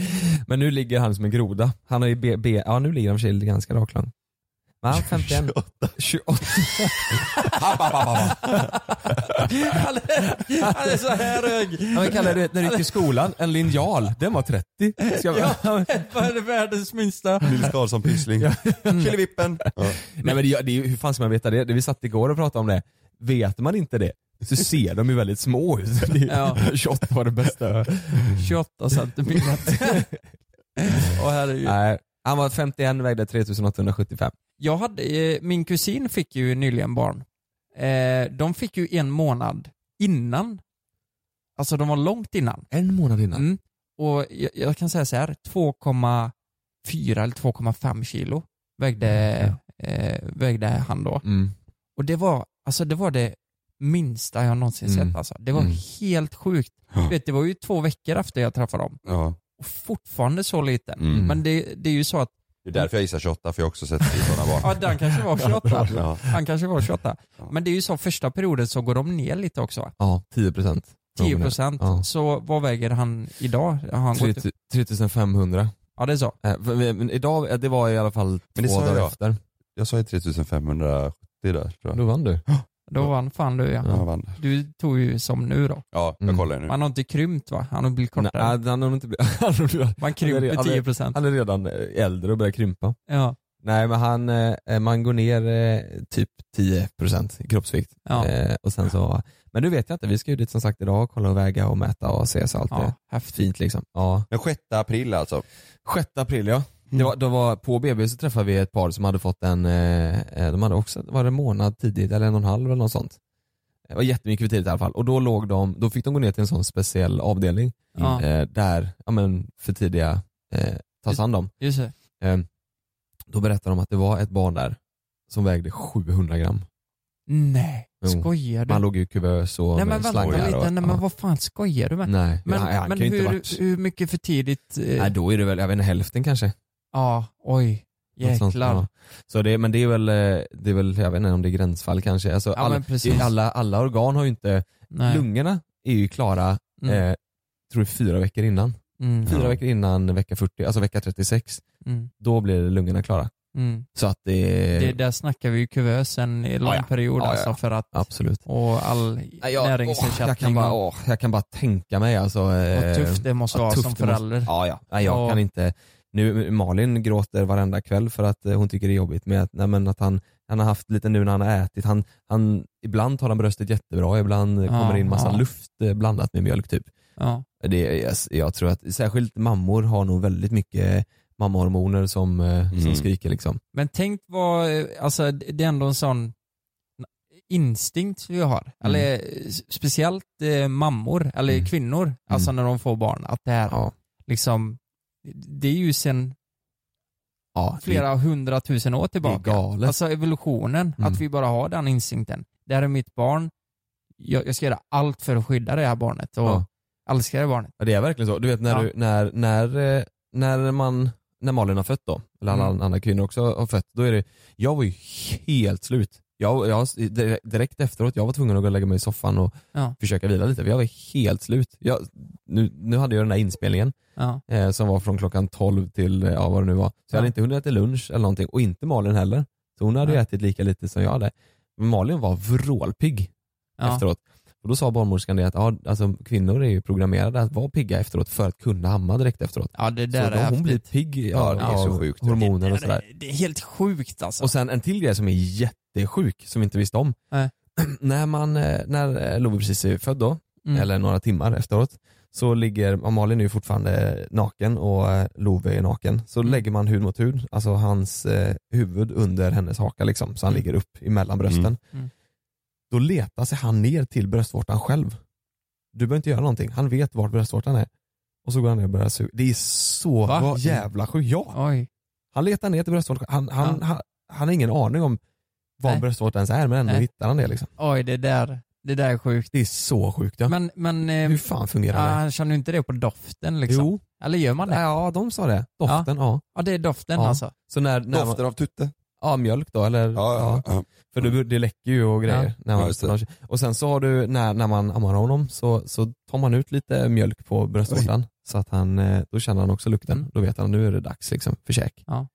Speaker 6: Men nu ligger han som en groda. Han har ju B... B ja nu ligger han för sig ganska rak lång. Va? 51? 28.
Speaker 4: App, app, app, app.
Speaker 5: Han är, han är så här hög.
Speaker 6: Ja, men Kalle, du vet, när du gick i skolan, en linjal, den var 30. Ska vi...
Speaker 5: Vad är det världens minsta?
Speaker 4: Nils Karlsson Pyssling. Mm. Killevippen. Ja.
Speaker 6: Nej men det, det, är ju- hur fan ska man veta det? det? Vi satt igår och pratade om det. Vet man inte det så ser de ju väldigt små ut. Det är-
Speaker 5: Ja.
Speaker 6: 28 var det bästa.
Speaker 5: 28 centimeter. Och här är ju.
Speaker 6: Nej, han var 51, vägde 3875.
Speaker 5: Jag hade, eh, min kusin fick ju nyligen barn. Eh, de fick ju en månad innan. Alltså de var långt innan.
Speaker 6: En månad innan.
Speaker 5: Mm. Och jag, jag kan säga så här, 2,4 eller 2,5 kilo vägde, eh, vägde han då.
Speaker 6: Mm.
Speaker 5: Och det var, alltså det var det minsta jag någonsin
Speaker 6: Mm.
Speaker 5: sett alltså. Det var
Speaker 6: Mm.
Speaker 5: helt sjukt. Du vet, det var ju två veckor efter jag träffade dem.
Speaker 4: Ja.
Speaker 5: Och fortfarande så liten.
Speaker 4: Mm.
Speaker 5: Men det, det är ju så att,
Speaker 4: Det är därför jag gissar 28, för jag har också sett sådana barn.
Speaker 5: ja den kanske var 28.
Speaker 4: Ja.
Speaker 5: Han kanske var 28.
Speaker 4: Ja.
Speaker 5: Men det är ju så första perioden så går de ner lite också.
Speaker 6: Ja, 10 procent.
Speaker 5: 10 procent.
Speaker 6: Ja.
Speaker 5: Så vad väger han idag? Har han gått upp?
Speaker 6: 3500.
Speaker 5: Ja det är så.
Speaker 6: Eh, för vi- Men idag, eh, det var i alla fall
Speaker 4: Men det
Speaker 6: två
Speaker 4: sa
Speaker 6: dagar
Speaker 4: jag.
Speaker 6: efter.
Speaker 4: Jag sa ju 3570 där tror
Speaker 6: Då
Speaker 4: jag.
Speaker 6: vann du.
Speaker 5: Då vann fan du ja.
Speaker 4: Ja, jag vann.
Speaker 5: Du tog ju som nu då.
Speaker 4: Ja, jag
Speaker 6: Mm.
Speaker 4: kollar nu.
Speaker 5: Han har inte krympt va? Han har blivit
Speaker 6: Nej,
Speaker 5: kortare.
Speaker 6: han har nog inte blivit- han har blivit-
Speaker 5: Man
Speaker 6: han är-
Speaker 5: krymper
Speaker 6: han är-
Speaker 5: 10 procent.
Speaker 6: Han är redan eh, äldre och börjar krympa.
Speaker 5: Ja,
Speaker 6: Nej men han, eh, man går ner eh, typ 10% i kroppsvikt.
Speaker 5: ja,
Speaker 6: Eh, och sen så, men nu vet jag inte, vi ska ju dit som sagt idag och kolla och väga och mäta och se så allt
Speaker 5: ja.
Speaker 6: är
Speaker 5: Häftigt.
Speaker 6: fint liksom. Ja.
Speaker 4: Den 6 april alltså.
Speaker 6: 6 april ja.
Speaker 5: Mm.
Speaker 6: Det var, då var, på BB så träffade vi ett par som hade fått en, eh, eh, de hade också, var det en månad tidigt eller en och en halv eller något sånt. Det var jättemycket för tidigt i alla fall. Och då låg de, då fick de gå ner till en sån speciell avdelning
Speaker 5: Ja,
Speaker 6: eh, där, ja men för tidiga eh, tas hand om.
Speaker 5: just det.
Speaker 6: Eh, då berättade de att det var ett barn där som vägde 700 gram.
Speaker 5: Nej,
Speaker 6: Jo.
Speaker 5: skojar du?
Speaker 6: Han låg ju i kuvös och
Speaker 5: Nej
Speaker 6: med
Speaker 5: men vänta
Speaker 6: slangar
Speaker 5: lite,
Speaker 6: och,
Speaker 5: nej
Speaker 6: ja.
Speaker 5: men vad fan skojar du med?
Speaker 6: Nej,
Speaker 5: Men,
Speaker 6: han, han
Speaker 5: men
Speaker 6: kan ju
Speaker 5: hur,
Speaker 6: inte varit...
Speaker 5: hur mycket för tidigt? eh,
Speaker 6: Nej då är det väl, jag vet inte, hälften kanske.
Speaker 5: Ja, oj.
Speaker 6: Något sånt,
Speaker 5: Jäklar.
Speaker 6: ja. Så det, men det är, väl, eh, det är väl, jag vet inte om det är gränsfall kanske. Alltså,
Speaker 5: Ja,
Speaker 6: alla,
Speaker 5: men precis.
Speaker 6: alla, alla organ har ju inte,
Speaker 5: Nej.
Speaker 6: lungorna är ju klara,
Speaker 5: Mm.
Speaker 6: eh, tror jag fyra veckor innan.
Speaker 5: Mm.
Speaker 6: Fyra veckor innan vecka 40, alltså vecka 36,
Speaker 5: Mm.
Speaker 6: då blir lungorna klara.
Speaker 5: Mm.
Speaker 6: Så att det,
Speaker 5: Det, där snackar vi ju kuvösen i lång
Speaker 6: Eh, Ja, ja.
Speaker 5: period
Speaker 6: Ja, ja,
Speaker 5: alltså
Speaker 6: ja.
Speaker 5: för att
Speaker 6: Absolut.
Speaker 5: och all
Speaker 6: Nej, jag- åh, jag, kan
Speaker 5: näringsersättning.
Speaker 6: bara,
Speaker 5: Vad
Speaker 6: åh, jag kan bara tänka mig alltså. eh,
Speaker 5: tufft det måste
Speaker 6: vad
Speaker 5: vara
Speaker 6: tufft
Speaker 5: som
Speaker 6: det måste-
Speaker 5: förälder.
Speaker 6: Ja, ja. Nej, jag
Speaker 5: Ja.
Speaker 6: kan inte. Nu, Malin gråter varenda kväll för att eh, hon tycker det är jobbigt med att, nej, men att han, han har haft lite nu när han har ätit, han, han, ibland tar han bröstet jättebra, ibland eh,
Speaker 5: Ja,
Speaker 6: kommer det in massa
Speaker 5: ja.
Speaker 6: luft eh, blandat med mjölk typ.
Speaker 5: Ja.
Speaker 6: Det, är- jag, jag tror att särskilt mammor har nog väldigt mycket mammahormoner som, eh, som
Speaker 5: Mm.
Speaker 6: skriker liksom.
Speaker 5: Men tänk vad, eh, alltså det det är ändå en sån instinkt vi
Speaker 6: Mm.
Speaker 5: har. Eller eh, s- speciellt eh, mammor, eller kvinnor,
Speaker 6: Mm.
Speaker 5: alltså när de får barn. Att det här, liksom, det är ju sen flera hundratusen år tillbaka.
Speaker 6: galet.
Speaker 5: Alltså evolutionen,
Speaker 6: Mm.
Speaker 5: att vi bara har den instinkten. Det här är mitt barn, jag, jag ska göra allt för att skydda det här barnet och
Speaker 6: Ja.
Speaker 5: älska det barnet.
Speaker 6: Ja, det är verkligen så. Du vet när,
Speaker 5: Ja.
Speaker 6: du, när, när, eh, när man när Malin har fött då, eller alla
Speaker 5: Mm.
Speaker 6: andra kvinnor också har fött, då är det, jag var ju helt slut. Jag, jag, direkt efteråt, jag var tvungen att gå och lägga mig i soffan och
Speaker 5: Ja.
Speaker 6: försöka vila lite, för jag var helt slut. Jag, nu, nu hade jag den där inspelningen
Speaker 5: Ja.
Speaker 6: eh, som var från klockan 12 till eh, ja, vad det nu var. Så jag hade
Speaker 5: Ja.
Speaker 6: inte hunnit äta lunch eller någonting, och inte Malin heller. Så hon hade ju
Speaker 5: Nej.
Speaker 6: ätit lika lite som jag hade. Men Malin var vrålpigg
Speaker 5: Ja.
Speaker 6: efteråt. Och då sa barnmorskan det att ja, alltså, kvinnor är ju programmerade att vara pigga efteråt för att kunna amma direkt efteråt.
Speaker 5: Ja, det där
Speaker 6: så då
Speaker 5: är
Speaker 6: hon
Speaker 5: häftigt.
Speaker 6: blir pigg
Speaker 5: Ja,
Speaker 6: av
Speaker 5: det är så
Speaker 6: av
Speaker 5: sjukt.
Speaker 6: hormoner och
Speaker 5: Det där
Speaker 6: sådär.
Speaker 5: är- Det är helt sjukt alltså.
Speaker 6: Och sen en till grej som är jättesjuk som vi inte visste om.
Speaker 5: Nej.
Speaker 6: när man, eh, när eh, Love precis är född då,
Speaker 5: Mm.
Speaker 6: eller några timmar efteråt, så ligger, och Malin är ju fortfarande naken och eh, Love är naken, så
Speaker 5: Mm.
Speaker 6: lägger man hud mot hud, alltså hans eh, huvud under hennes haka liksom, så han ligger upp emellan brösten.
Speaker 5: Mm.
Speaker 6: Då letar sig han ner till bröstvårtan själv. Du behöver inte göra någonting, han vet vart bröstvårtan är. Och så går han ner och börjar suga. Det är så
Speaker 5: Va?
Speaker 6: vad jävla sjukt. Ja!
Speaker 5: Oj.
Speaker 6: Han letar ner till bröstvårtan. Han, han, han, han har ingen aning om var
Speaker 5: Nej.
Speaker 6: bröstvårtan ens är men ändå
Speaker 5: Nej.
Speaker 6: hittar han det liksom.
Speaker 5: Oj, det där, det där är sjukt.
Speaker 6: Det är så sjukt ja.
Speaker 5: Men, men eh,
Speaker 6: Hur fan fungerar
Speaker 5: ah,
Speaker 6: det?
Speaker 5: han känner ju inte det på doften liksom?
Speaker 6: Jo.
Speaker 5: Eller gör man det?
Speaker 6: Ja, de sa det. Doften, ja.
Speaker 5: Ja, det är doften
Speaker 6: Ja.
Speaker 5: alltså.
Speaker 6: Så när, när man,
Speaker 4: Doften av tutte.
Speaker 6: ja, mjölk då eller?
Speaker 4: Ja, Mm. ja.
Speaker 6: För det, det läcker ju och grejer.
Speaker 5: Ja.
Speaker 6: När man,
Speaker 4: Ja, just det.
Speaker 6: och sen så har du, när, när man ammar honom så, så tar man ut lite mjölk på bröstvårtan. Så att han, eh, då känner han också lukten.
Speaker 5: Mm.
Speaker 6: Då vet han nu är det dags liksom, för käk.
Speaker 5: Ja.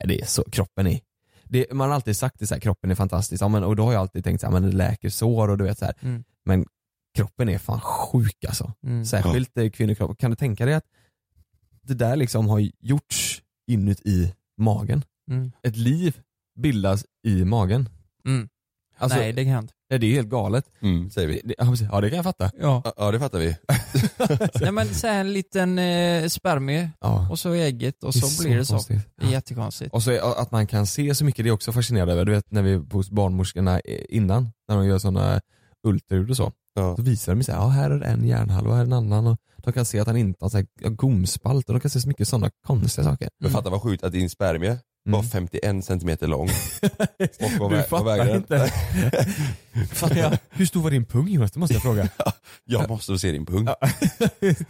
Speaker 6: Nej, Det är så, kroppen är det, man har alltid sagt det så här, kroppen är fantastisk, ja, men, och då har jag alltid tänkt så här, men det läker sår och du vet så här.
Speaker 5: Mm.
Speaker 6: Men kroppen är fan sjuk alltså.
Speaker 5: Mm.
Speaker 6: Särskilt eh, kvinnokroppen. Kan du tänka dig att det där liksom har gjorts inuti magen?
Speaker 5: Mm.
Speaker 6: Ett liv bildas i magen.
Speaker 5: Mm.
Speaker 6: Alltså,
Speaker 5: Nej, det kan jag inte.
Speaker 6: det... det är helt galet.
Speaker 4: Mm, säger vi.
Speaker 6: Det- Ja, precis. Ja, det kan jag fatta.
Speaker 5: Ja.
Speaker 4: Ja, det fattar vi.
Speaker 5: Nej men så här en liten eh, spermie
Speaker 6: Ja.
Speaker 5: och så ägget och
Speaker 6: Det är
Speaker 5: så, blir det så.
Speaker 6: konstigt.
Speaker 5: Det är jättekonstigt.
Speaker 6: Och så är- att man kan se så mycket, det är också fascinerande över. Du vet när vi är hos barnmorskorna eh, innan, när de gör sådana ultraljud och så.
Speaker 4: Ja.
Speaker 6: Då visar de ju så här, ja här är det en hjärnhalva och här är en annan. Och de kan se att han inte har så här, ja, gomspalt och de kan se så mycket sådana konstiga saker. Mm.
Speaker 4: Men fatta vad sjukt att din spermie var 51 centimeter lång. Och vad
Speaker 6: Du
Speaker 4: vä- vad väger
Speaker 6: fattar
Speaker 4: den?
Speaker 6: inte. fattar jag. Hur stor var din pung Jonas? Det måste jag fråga.
Speaker 4: Jag måste se din pung.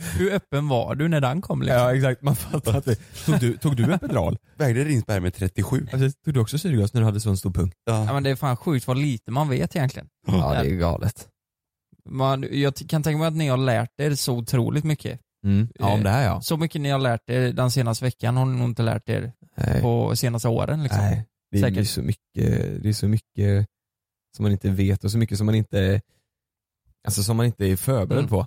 Speaker 5: Hur öppen var du när den kom liksom?
Speaker 6: exakt, man fattar inte. Tog du, tog du epidural?
Speaker 4: Vägde din spermie 37?
Speaker 6: Alltså, tog du också syrgas när du hade så en stor pung?
Speaker 5: Ja, men det är fan sjukt vad lite man vet egentligen.
Speaker 6: Ja det är galet.
Speaker 5: Man, jag t- kan tänka mig att ni har lärt er så otroligt mycket.
Speaker 6: Mm. Ja om det här ja.
Speaker 5: Så mycket ni har lärt er den senaste veckan har ni nog inte lärt er
Speaker 6: Nej.
Speaker 5: på senaste åren liksom.
Speaker 6: Nej, det är,
Speaker 5: Säkert.
Speaker 6: det, är så mycket, det är så mycket som man inte vet och så mycket som man inte Alltså som man inte är förberedd
Speaker 5: Mm.
Speaker 6: på.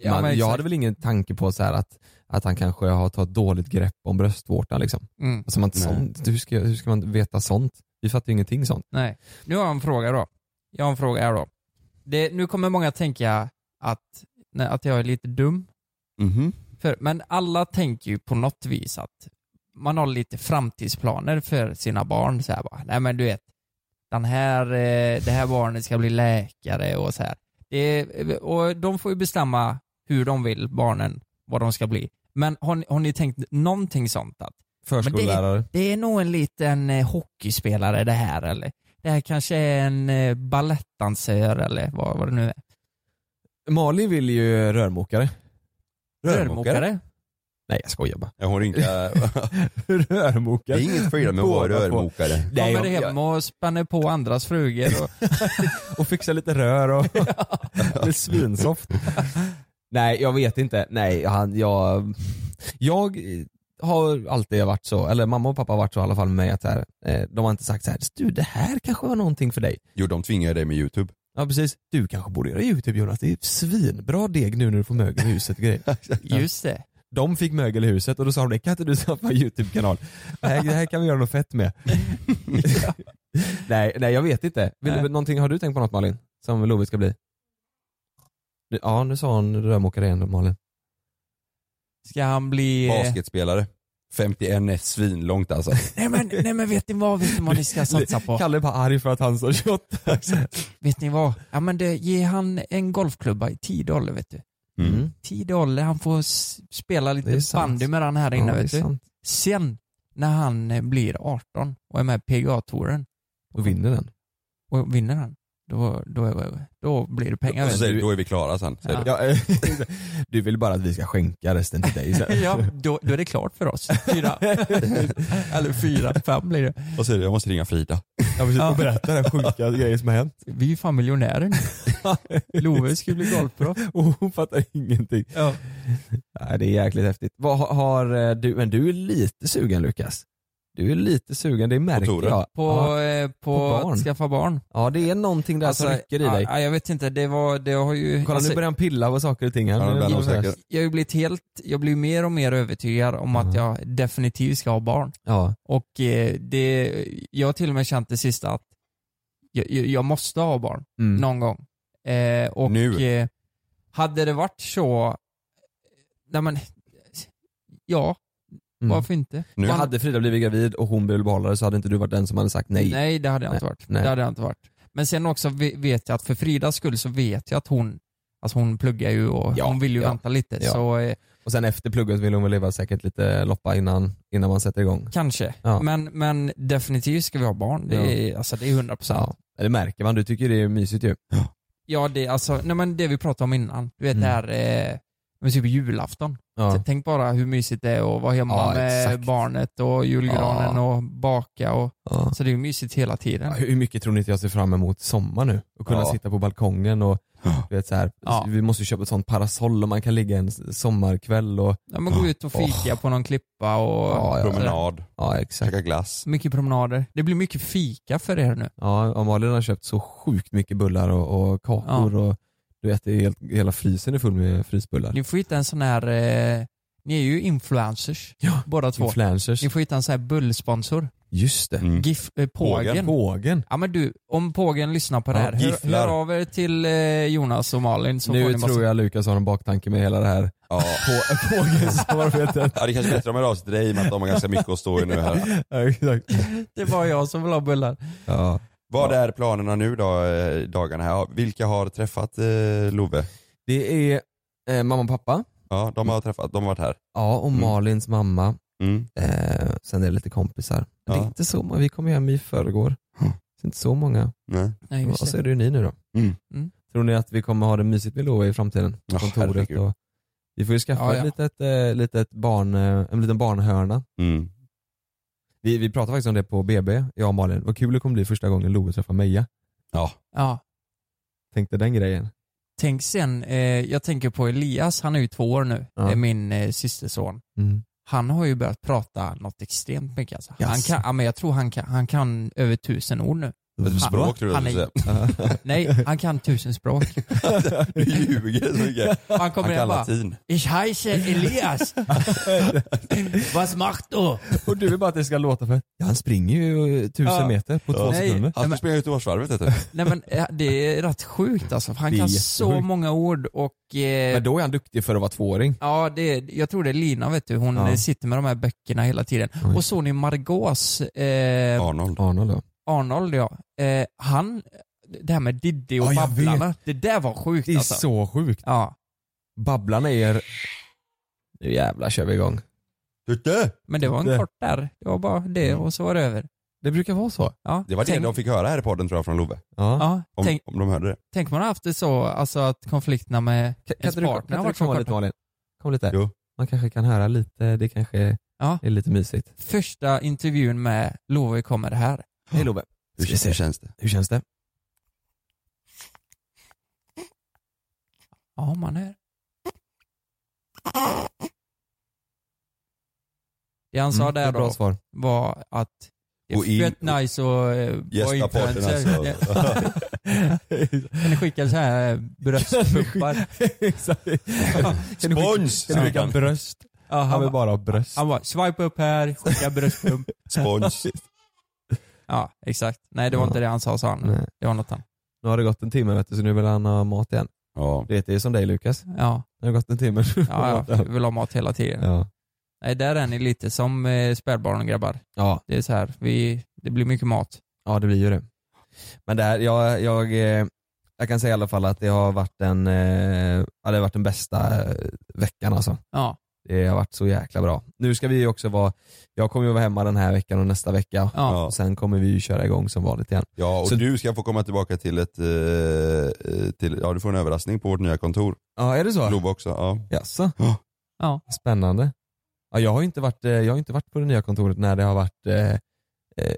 Speaker 5: Ja,
Speaker 6: man,
Speaker 5: men
Speaker 6: jag
Speaker 5: exakt.
Speaker 6: hade väl ingen tanke på så här att, att han kanske har tagit dåligt grepp om bröstvårtan liksom.
Speaker 5: Mm.
Speaker 6: Alltså man,
Speaker 4: Nej.
Speaker 6: sånt, hur, ska, hur ska man veta sånt? Vi fattar ju ingenting sånt.
Speaker 5: Nej. Nu har jag en fråga då. Jag har en fråga här då. Det, nu kommer många tänka att, nej, att jag är lite dum.
Speaker 4: Mhm.
Speaker 5: För, men alla tänker ju på något vis att man har lite framtidsplaner för sina barn. Så här bara, nej men du vet, den här, eh, det här barnet ska bli läkare och så här. Det, och de får ju bestämma hur de vill, barnen, vad de ska bli. Men har ni, har ni tänkt någonting sånt? Att
Speaker 6: Förskollärare.
Speaker 5: det är nog en liten eh, hockeyspelare det här eller? Det här kanske är en eh, balettdansör eller vad, vad det nu är.
Speaker 6: Malin vill ju rörmokare.
Speaker 5: Rörmokare?
Speaker 6: Nej jag skojar bara.
Speaker 4: Ja, hon är inte... Det
Speaker 6: rörmokare?
Speaker 4: är inget fel med att vara
Speaker 6: Båda på.
Speaker 4: rörmokare.
Speaker 6: Nej,
Speaker 5: Kommer
Speaker 6: jag-
Speaker 5: hem och spänner på andras frugor och
Speaker 6: och fixa lite rör och det är svinsoft. Nej, jag vet inte. Nej, han, jag, jag har alltid varit så, eller mamma och pappa har varit så i alla fall med mig att så här, eh, de har inte sagt så här, du det här kanske var någonting för dig.
Speaker 4: Jo, de tvingar dig med YouTube.
Speaker 6: Ja precis, du kanske borde göra YouTube Jonas, det är svinbra deg nu när du får mögel i huset och grejer.
Speaker 5: just det.
Speaker 6: De fick mögel i huset och då sa de det kan inte du skaffa en YouTube-kanal? Det här, det här kan vi göra något fett med. nej, nej jag vet inte. Vill,
Speaker 5: Nej.
Speaker 6: du- någonting, har du tänkt på något Malin? Som Love ska bli? Nu- Ja nu sa hon rörmokare igen då, Malin.
Speaker 5: Ska han bli...
Speaker 4: Basketspelare. 51 är svinlångt alltså.
Speaker 5: Nej men, nej men vet ni vad, vet ni vad ni ska satsa på?
Speaker 6: Kalle bara arg för att han sa 28.
Speaker 5: Vet ni vad? Ja men det, ge han en golfklubba i 10 dollar vet du.
Speaker 6: Mm.
Speaker 5: 10 dollar, han får s- spela
Speaker 6: Det
Speaker 5: lite
Speaker 6: är sant.
Speaker 5: bandy med den här
Speaker 6: Ja,
Speaker 5: inne
Speaker 6: det är
Speaker 5: vet du.
Speaker 6: sant.
Speaker 5: Sen när han eh, blir 18 och är med i PGA-touren
Speaker 6: Och vinner den.
Speaker 5: och vinner han, då, då, då blir det pengar
Speaker 4: Och så
Speaker 5: vet
Speaker 4: säger du,
Speaker 5: du.
Speaker 4: då är vi klara sen. Säger du.
Speaker 6: Ja, eh, du vill bara att vi ska skänka resten till dig sen.
Speaker 5: Ja, då, då är det klart för oss. Fyra, eller fyra, fem blir det.
Speaker 4: Och säger du, jag måste ringa Frida.
Speaker 6: Jag vill
Speaker 5: Ja.
Speaker 6: berätta den sjuka grejen som har hänt.
Speaker 5: Vi är ju fan miljonärer nu. Love skulle bli golfproff.
Speaker 6: Och hon fattar ingenting.
Speaker 5: Ja.
Speaker 6: Nej, det är jäkligt häftigt. Vad har, har eh, du, men du är lite sugen Lukas. Du är lite sugen, det märker
Speaker 4: Tore?
Speaker 6: jag.
Speaker 5: På,
Speaker 6: Ja.
Speaker 5: eh, på,
Speaker 6: barn.
Speaker 5: att skaffa barn.
Speaker 6: ja, det är någonting där som rycker
Speaker 5: Alltså,
Speaker 6: i
Speaker 5: ja,
Speaker 6: dig.
Speaker 5: Ja, alltså- jag vet inte, det var, det har ju...
Speaker 6: Kolla nu börjar han pilla på saker och ting.
Speaker 4: Ja, nu blir han
Speaker 6: nervös.
Speaker 4: osäker.
Speaker 5: jag har ju blivit helt, jag blir mer och mer övertygad om att
Speaker 6: Mm.
Speaker 5: jag definitivt ska ha barn.
Speaker 6: Ja.
Speaker 5: Och eh, det, jag har till och med känt det sista att jag, jag- jag måste ha barn
Speaker 6: Mm.
Speaker 5: någon gång. Eh, och
Speaker 4: Nu.
Speaker 5: Eh, hade det varit så, nej men, ja,
Speaker 6: Mm.
Speaker 5: varför inte?
Speaker 4: Nu
Speaker 5: Man-
Speaker 6: Hade Frida blivit gravid och hon blev behållare så hade inte du varit den som hade sagt nej.
Speaker 5: Nej, det hade jag
Speaker 6: Nej,
Speaker 5: inte varit.
Speaker 6: nej.
Speaker 5: Det hade jag inte varit. Men sen också ve- vet jag att för Fridas skull så vet jag att hon, alltså hon pluggar ju och
Speaker 6: Ja,
Speaker 5: hon vill ju
Speaker 6: ja,
Speaker 5: vänta lite.
Speaker 6: ja.
Speaker 5: Så eh,
Speaker 6: Och sen efter plugget vill hon väl leva säkert lite loppa innan, innan man sätter igång.
Speaker 5: kanske.
Speaker 6: Ja.
Speaker 5: Men, men definitivt ska vi ha barn. Det
Speaker 6: Ja.
Speaker 5: är, alltså det är 100%.
Speaker 6: Ja. Det märker man, du tycker det är mysigt ju.
Speaker 5: Ja, det, är alltså, nej, men det vi pratade om innan. Du vet
Speaker 6: Mm.
Speaker 5: det här eh, men typ julafton.
Speaker 6: Ja.
Speaker 5: T- Tänk bara hur mysigt det är att vara hemma
Speaker 6: Ja,
Speaker 5: med
Speaker 6: exakt.
Speaker 5: barnet och julgranen
Speaker 6: Ja.
Speaker 5: och baka. Och,
Speaker 6: Ja.
Speaker 5: så det är ju mysigt hela tiden.
Speaker 6: Ja, Hur mycket tror ni inte jag ser fram emot sommar nu? Att kunna
Speaker 4: Ja.
Speaker 6: sitta på balkongen och du vet, så här,
Speaker 5: Ja.
Speaker 6: vi måste ju köpa ett sånt parasoll och man kan ligga en sommarkväll och
Speaker 5: Ja, men gå ut och fika på någon klippa och
Speaker 6: Ja, ja.
Speaker 4: Promenad,
Speaker 6: ja exakt.
Speaker 4: käka glass.
Speaker 5: mycket promenader. Det blir mycket fika för er nu.
Speaker 6: Ja, och Malin har köpt så sjukt mycket bullar och, och kakor och du vet, det är helt, hela frysen är full med frysbullar.
Speaker 5: Ni får hitta en sån här, eh, ni är ju influencers båda två.
Speaker 6: Influencers.
Speaker 5: Ni får hitta en sån här bullsponsor.
Speaker 6: Just det.
Speaker 4: Mm.
Speaker 5: GIF, eh, pågen.
Speaker 6: Pågen.
Speaker 5: Ja men du, om pågen lyssnar på det
Speaker 4: Ja,
Speaker 5: här, hör,
Speaker 4: gifflar.
Speaker 5: hör av er till eh, Jonas och Malin så får
Speaker 6: Nu
Speaker 5: ni massa...
Speaker 6: tror jag Lukas har en baktanke med hela det här
Speaker 4: Ja.
Speaker 6: på, pågensamarbetet.
Speaker 4: ja, det är kanske är bättre om jag hör av sig till dig i och med att de har ganska mycket att stå i nu här.
Speaker 6: ja, exakt.
Speaker 5: Det är bara jag som vill ha bullar.
Speaker 6: Ja.
Speaker 4: Vad är planerna nu då, eh, dagarna här? Vilka har träffat eh, Love?
Speaker 6: Det är eh, mamma och pappa.
Speaker 4: Ja, de har träffat, de har varit här.
Speaker 6: Ja, och
Speaker 4: Mm.
Speaker 6: Malins mamma.
Speaker 4: Mm.
Speaker 6: Eh, sen är det lite kompisar. Det
Speaker 4: Ja.
Speaker 6: är inte så många, vi kom ju hem i förrgår.
Speaker 4: Mm.
Speaker 6: Det är inte så många.
Speaker 4: Nej.
Speaker 5: Nej,
Speaker 6: Och
Speaker 5: just
Speaker 6: så
Speaker 5: det.
Speaker 6: är det ju ni nu då.
Speaker 4: Mm.
Speaker 5: Mm.
Speaker 6: Tror ni att vi kommer ha det mysigt med Love i framtiden? På
Speaker 4: Ja,
Speaker 6: kontoret
Speaker 4: herregud.
Speaker 6: och, vi får ju skaffa
Speaker 5: Ja, ja.
Speaker 6: Ett litet, eh, litet barn, eh, en liten barnhörna.
Speaker 4: Mm.
Speaker 6: Vi, vi pratade faktiskt om det på BB, jag och Malin. Vad kul det kommer bli första gången Love träffar Meja.
Speaker 5: Ja.
Speaker 6: Tänkte den grejen.
Speaker 5: Tänk sen, eh, jag tänker på Elias, han är ju två år nu,
Speaker 6: Ja.
Speaker 5: Det är min eh, systerson.
Speaker 6: Mm.
Speaker 5: Han har ju börjat prata något extremt mycket alltså. Han
Speaker 6: Jaså?
Speaker 5: kan, ja, men jag tror han kan, han kan över tusen ord nu.
Speaker 4: Ett språk tror jag
Speaker 5: han
Speaker 4: du skulle
Speaker 5: är,
Speaker 4: säga.
Speaker 5: Nej, han kan tusen språk.
Speaker 4: Du ljuger så mycket.
Speaker 5: Han
Speaker 4: Han
Speaker 5: kommer
Speaker 4: kan
Speaker 5: hem bara,
Speaker 4: latin.
Speaker 5: Ich heiße Elias. Was macht du?
Speaker 6: och du vill bara att det ska låta för ja, han springer ju eh, tusen
Speaker 5: Ja.
Speaker 6: meter på två
Speaker 5: Nej.
Speaker 6: sekunder.
Speaker 4: Han ska springa Göteborgsvarvet vet du.
Speaker 5: Nej men eh, det är rätt sjukt alltså. för Han
Speaker 6: Det är
Speaker 5: kan så
Speaker 6: jättesjukt.
Speaker 5: många ord och eh,
Speaker 6: Men då är han duktig för att vara tvååring.
Speaker 5: Ja, det, jag tror det är Lina vet du. Hon
Speaker 6: Ja.
Speaker 5: eh, sitter med de här böckerna hela tiden.
Speaker 6: Oj.
Speaker 5: Och så ni Margaux eh,
Speaker 4: Arnold.
Speaker 6: Arnold då.
Speaker 5: Arnold ja. Eh, han, det här med Diddy och
Speaker 6: Ja, jag
Speaker 5: Babblarna. Det där var sjukt
Speaker 6: Det är
Speaker 5: alltså.
Speaker 6: så sjukt.
Speaker 5: Ja,
Speaker 6: Babblarna är... Nu jävlar kör vi igång.
Speaker 4: Tutte!
Speaker 5: men det var en
Speaker 6: Det- Mm.
Speaker 5: kort där. Det var bara det och så var det över.
Speaker 6: Det brukar vara så.
Speaker 5: Ja,
Speaker 4: Det var det
Speaker 5: tänk,
Speaker 4: de fick höra här i podden tror jag från Love.
Speaker 6: Ja.
Speaker 5: ja,
Speaker 4: Om,
Speaker 5: tänk,
Speaker 4: om de hörde det.
Speaker 5: tänk man har haft det så, alltså att konflikterna med
Speaker 6: Kan, kan
Speaker 5: ens
Speaker 6: inte du,
Speaker 5: partner
Speaker 6: kan
Speaker 5: har
Speaker 6: inte du
Speaker 5: varit så
Speaker 6: komma lite
Speaker 5: korta.
Speaker 6: Malin? Kom lite.
Speaker 4: Jo.
Speaker 6: Man kanske kan höra lite, det kanske
Speaker 5: Ja.
Speaker 6: är lite mysigt.
Speaker 5: Första intervjun med Love kommer här.
Speaker 6: Hej Love.
Speaker 4: Hur,
Speaker 6: Ska vi se.
Speaker 4: hur känns det?
Speaker 6: Hur känns det?
Speaker 5: Ja, man är. Det han sa
Speaker 6: Mm, det är
Speaker 5: där
Speaker 6: ett bra
Speaker 5: då
Speaker 6: svar.
Speaker 5: var att det
Speaker 4: Gå in
Speaker 5: är fett nice och eh, vara
Speaker 4: Gästa podden
Speaker 5: influencer.
Speaker 4: alltså.
Speaker 5: Kan ni skicka så här bröstpumpar?
Speaker 6: Exakt. Kan du skicka-
Speaker 4: Spons!
Speaker 6: Kan du skicka bröst?
Speaker 5: han
Speaker 6: han vill
Speaker 5: bara-
Speaker 6: bara ha bröst.
Speaker 5: Han bara, swipe upp här, skicka bröstpump.
Speaker 4: Spons.
Speaker 5: ja, exakt. Nej, det var inte det han sa, sa han.
Speaker 6: Nej.
Speaker 5: Det var något annat.
Speaker 6: Mm. Nu har det gått en timme vet du, så nu vill han ha mat igen.
Speaker 4: Ja.
Speaker 6: Det är som dig Lukas.
Speaker 5: Ja,
Speaker 6: Det har gått en timme.
Speaker 5: ja, ja. vill ha mat hela tiden.
Speaker 6: ja.
Speaker 5: Nej, där är ni lite som eh, spädbarn grabbar.
Speaker 6: ja.
Speaker 5: Det är så här, vi, det blir mycket mat.
Speaker 6: Ja det blir ju det. Men där, jag, jag, eh, jag kan säga i alla fall att det har varit den, eh, ja, det har varit den bästa eh, veckan alltså.
Speaker 5: Ja,
Speaker 6: Det har varit så jäkla bra. Nu ska vi ju också vara, jag kommer ju vara hemma den här veckan och nästa vecka.
Speaker 5: ja.
Speaker 6: Och sen kommer vi ju köra igång som vanligt igen.
Speaker 4: Ja och
Speaker 6: Så-
Speaker 4: du ska få komma tillbaka till ett, eh, eh, till, ja du får en överraskning på vårt nya kontor.
Speaker 6: Ja är det så?
Speaker 4: Lova också, ja.
Speaker 6: Jaså?
Speaker 5: Ja.
Speaker 6: Spännande. Ja, jag, har ju inte varit, eh, jag har ju inte varit på det nya kontoret när det har varit eh, eh,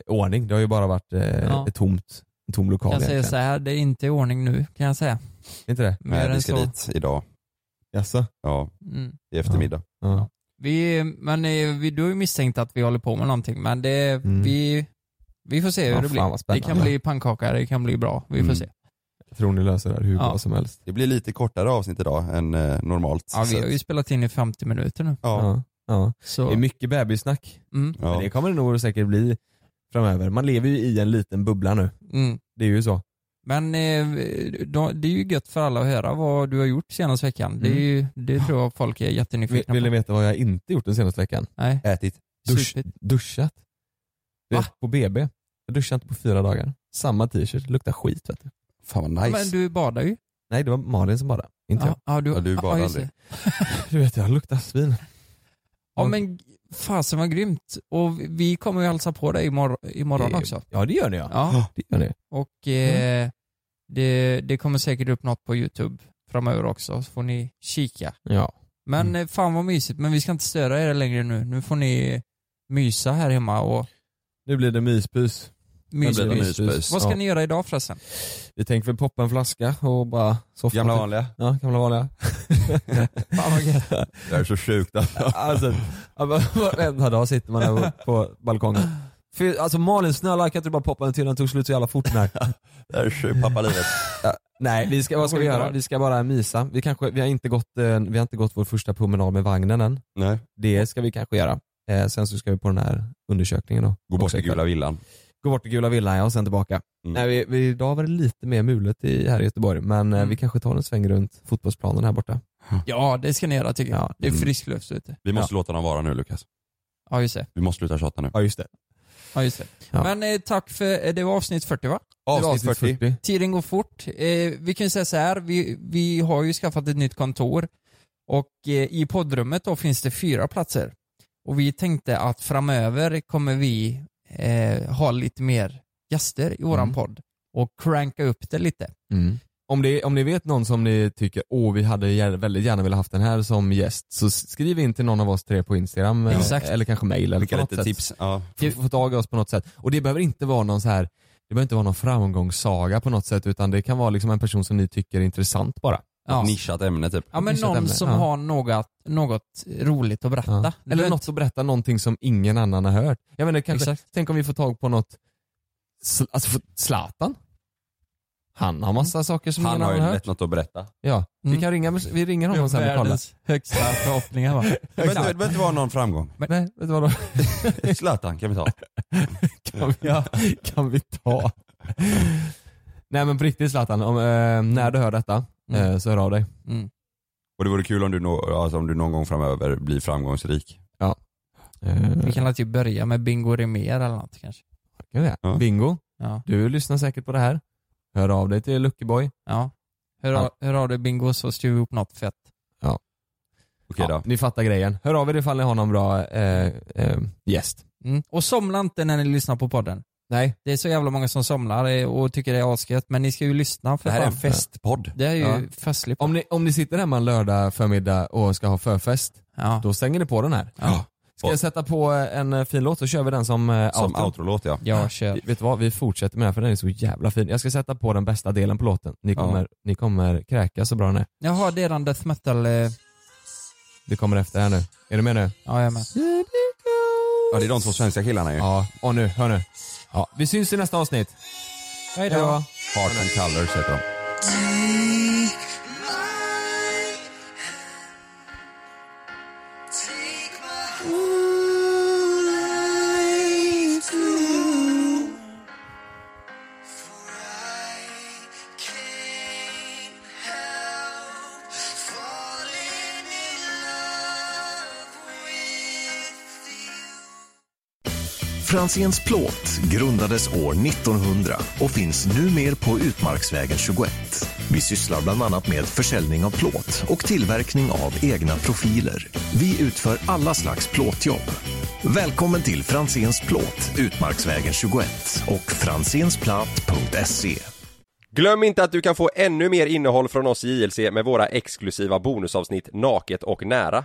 Speaker 6: ordning. Det har ju bara varit eh,
Speaker 5: Ja.
Speaker 6: ett tomt, en tom lokal
Speaker 5: Jag säger
Speaker 6: egentligen.
Speaker 5: så här, det är inte i ordning nu kan jag säga.
Speaker 6: Inte det?
Speaker 5: Mer
Speaker 4: Nej, vi
Speaker 5: än
Speaker 4: ska
Speaker 5: så.
Speaker 4: dit idag,
Speaker 6: Jaså?
Speaker 4: ja
Speaker 5: Mm.
Speaker 4: i eftermiddag.
Speaker 6: Ja.
Speaker 5: Vi, men eh, vi, du har ju misstänkt att vi håller på med någonting, men det,
Speaker 6: Mm.
Speaker 5: vi, vi får se hur
Speaker 6: Ja,
Speaker 5: det
Speaker 6: fan vad
Speaker 5: blir. Det
Speaker 6: spännande.
Speaker 5: kan bli pannkaka, det kan bli bra. Vi får
Speaker 4: Mm.
Speaker 5: se.
Speaker 6: Jag tror ni löser det här hur
Speaker 5: Ja.
Speaker 6: bra som helst.
Speaker 4: Det blir lite kortare avsnitt idag än eh, normalt.
Speaker 5: Ja,
Speaker 4: så
Speaker 5: vi har
Speaker 4: att-
Speaker 5: ju spelat in i 50 minuter nu.
Speaker 4: ja.
Speaker 6: Ja. Ja.
Speaker 5: Så,
Speaker 6: Det är mycket bebissnack.
Speaker 5: mm,
Speaker 6: Men det
Speaker 4: Ja.
Speaker 6: kommer det nog säkert bli framöver. Man lever ju i en liten bubbla nu.
Speaker 5: mm.
Speaker 6: Det är ju så.
Speaker 5: Men eh, då, det är ju gött för alla att höra vad du har gjort senaste veckan. Det, är ju, det tror jag folk är
Speaker 6: Vill,
Speaker 5: jättenyfikna
Speaker 6: Mm. vill ni
Speaker 5: på.
Speaker 6: veta vad jag inte gjort den senaste veckan?
Speaker 5: Nej,
Speaker 4: Ätit.
Speaker 6: Dusch,
Speaker 5: Supit.
Speaker 6: duschat. Du
Speaker 5: Va?
Speaker 6: vet, På BB. Jag duschade inte på fyra dagar. Samma t-shirt, luktar skit vet du.
Speaker 4: Fan vad
Speaker 5: Ja,
Speaker 4: nice.
Speaker 5: Men du badar ju.
Speaker 6: Nej det var Malin som badade, inte jag.
Speaker 5: Ja, ja, du,
Speaker 4: Ja, du badar
Speaker 5: just det.
Speaker 4: aldrig.
Speaker 6: Du vet jag luktar svin.
Speaker 5: Ja men fasen vad grymt. Och vi kommer ju hälsa på dig imorgon, imorgon
Speaker 6: Det- Mm.
Speaker 5: också.
Speaker 6: Ja det gör ni ja.
Speaker 5: Ja,
Speaker 6: Det gör ni.
Speaker 5: och eh, det, det kommer säkert upp något på YouTube framöver också, så får ni kika.
Speaker 6: Ja.
Speaker 5: Men
Speaker 6: Mm.
Speaker 5: eh, fan vad mysigt, men vi ska inte störa er längre nu. Nu får ni mysa här hemma och
Speaker 6: Nu blir det myspys. Nu
Speaker 5: mysa.
Speaker 6: blir det
Speaker 5: mysa.
Speaker 6: myspys.
Speaker 5: Vad ska
Speaker 6: Ja.
Speaker 5: ni göra idag förresten?
Speaker 6: Vi tänker väl poppa en flaska och bara soffa.
Speaker 4: Gamla
Speaker 6: typ.
Speaker 4: vanliga.
Speaker 6: Ja, gamla vanliga.
Speaker 5: Fan vad gött.
Speaker 4: Det här är så sjukt alltså.
Speaker 6: Alltså, ja, men varenda dag sitter man där på balkongen. Fy- Alltså Malin snälla kan inte du bara poppa en till, den tog slut så jävla fort den här.
Speaker 4: Det här är sjukt pappalivet.
Speaker 6: Nej, vi ska, vad ska vi göra? Vi ska bara mysa. Vi, kanske, vi, har inte gått, eh, vi har inte gått vår första promenad med vagnen än.
Speaker 4: Nej.
Speaker 6: Det ska vi kanske göra. Eh, sen så ska vi på den här undersökningen då.
Speaker 4: Gå bort
Speaker 6: Också
Speaker 4: till
Speaker 6: ikväll.
Speaker 4: gula villan.
Speaker 6: Gå bort till gula villan ja, och sen tillbaka.
Speaker 4: Mm.
Speaker 6: Nej, vi, vi, idag var det lite mer mulet i, här i Göteborg men eh,
Speaker 5: Mm.
Speaker 6: vi kanske tar en sväng runt fotbollsplanen här borta.
Speaker 5: Ja, det ska ni göra tycker jag.
Speaker 6: Ja.
Speaker 5: Det är
Speaker 4: Mm.
Speaker 5: frisk luft ute.
Speaker 4: Vi måste låta dem vara nu Lukas.
Speaker 5: Ja, just det.
Speaker 4: Vi måste sluta tjata nu.
Speaker 6: Ja just det.
Speaker 5: Ja, just det.
Speaker 6: Ja.
Speaker 5: Men eh, tack för, eh, det var avsnitt 40 va?
Speaker 4: Avsnitt 40.
Speaker 5: Tiden går fort. Eh, vi kan ju säga så här, vi, vi har ju skaffat ett nytt kontor och eh, i poddrummet då finns det fyra platser. Och vi tänkte att framöver kommer vi eh, ha lite mer gäster i våran
Speaker 6: Mm.
Speaker 5: podd och cranka upp det lite.
Speaker 6: Mm. Om, det, om ni vet någon som ni tycker åh vi hade gär- väldigt gärna velat haft den här som gäst så skriv in till någon av oss tre på Instagram eh,
Speaker 5: Exakt.
Speaker 6: eller kanske mail eller
Speaker 4: Skicka
Speaker 6: på något
Speaker 4: lite
Speaker 6: sätt.
Speaker 4: tips. Ja.
Speaker 6: Få, få tag i oss på något sätt. Och det behöver inte vara någon så här det behöver inte vara någon framgångssaga på något sätt utan det kan vara liksom en person som ni tycker är intressant bara.
Speaker 5: Ja.
Speaker 4: Nischat ämne typ.
Speaker 5: Ja men
Speaker 6: Nischat
Speaker 5: någon
Speaker 6: ämne,
Speaker 5: som
Speaker 6: ja.
Speaker 5: har något, något roligt att berätta.
Speaker 6: Ja.
Speaker 5: Du
Speaker 6: Eller
Speaker 5: vet-
Speaker 6: något som berättar någonting som ingen annan har hört. Jag menar, kanske,
Speaker 5: Exakt.
Speaker 6: tänk om vi får tag på något, sl- alltså få- Zlatan? Han har massa saker som
Speaker 4: Han
Speaker 6: ingen
Speaker 4: har ju
Speaker 6: annan har hört.
Speaker 4: lätt något att berätta.
Speaker 6: Ja.
Speaker 5: Mm.
Speaker 6: Vi, kan ringa, vi ringer honom sen och kollar.
Speaker 5: Världens högsta förhoppningar va?
Speaker 4: Det behöver inte- inte vara någon framgång.
Speaker 6: Nej, vet du vad då?
Speaker 4: Zlatan kan vi ta.
Speaker 6: kan, vi, kan vi ta? Nej men på riktigt Zlatan, om, eh, när du hör detta
Speaker 5: Mm.
Speaker 6: eh, så hör av dig.
Speaker 5: Mm.
Speaker 4: Och det vore kul om du, nå- alltså, om du någon gång framöver blir framgångsrik.
Speaker 6: Eh,
Speaker 5: Vi kan typ börja med Bingo Rimér eller något kanske.
Speaker 6: Kan vi det?
Speaker 4: Ja.
Speaker 6: Bingo,
Speaker 5: Ja.
Speaker 6: du lyssnar säkert på det här. Hör av dig till Luckeboy.
Speaker 5: ja. Hör, av, hör av dig Bingo så styr vi upp något fett.
Speaker 4: Okej
Speaker 6: ja,
Speaker 4: då.
Speaker 6: ni fattar grejen. Hör av er ifall ni har någon bra eh, eh, gäst.
Speaker 5: Mm. Och somna inte när ni lyssnar på podden.
Speaker 6: Nej.
Speaker 5: Det är så jävla många som somnar eh, och tycker det är asgött, men ni ska ju lyssna för
Speaker 4: Det här är en
Speaker 5: fan.
Speaker 4: festpodd.
Speaker 5: Det är ju
Speaker 6: Ja.
Speaker 5: festligt.
Speaker 6: Om ni, om ni sitter hemma en lördag förmiddag och ska ha förfest,
Speaker 5: Ja.
Speaker 6: då stänger ni på den här.
Speaker 5: Ja.
Speaker 6: Ska jag sätta på en eh, fin låt så kör vi den som, eh,
Speaker 4: Som
Speaker 6: outro.
Speaker 4: outro-låt ja.
Speaker 5: Jag kör.
Speaker 6: Vet du vad, vi fortsätter med den här för den är så jävla fin. Jag ska sätta på den bästa delen på låten. Ni
Speaker 4: Ja.
Speaker 6: kommer, ni kommer kräka så bra den är.
Speaker 5: Jaha, det är den death metal... eh,
Speaker 6: Det kommer efter här nu. Är du med nu?
Speaker 5: Ja, jag är med.
Speaker 4: Ja det är de två svenska killarna ju.
Speaker 6: Ja, och nu, hör nu. Ja, vi syns i nästa avsnitt.
Speaker 5: Hej
Speaker 6: Hej då.
Speaker 5: då.
Speaker 4: Hearts and Colors heter de.
Speaker 10: Take
Speaker 11: Franzéns plåt grundades år 1900 och finns numer på Utmarksvägen 21. Vi sysslar bland annat med försäljning av plåt och tillverkning av egna profiler. Vi utför alla slags plåtjobb. Välkommen till Franzéns plåt, Utmarksvägen 21 och franzensplatt.se.
Speaker 3: Glöm inte att du kan få ännu mer innehåll från oss i JLC med våra exklusiva bonusavsnitt Naket och nära.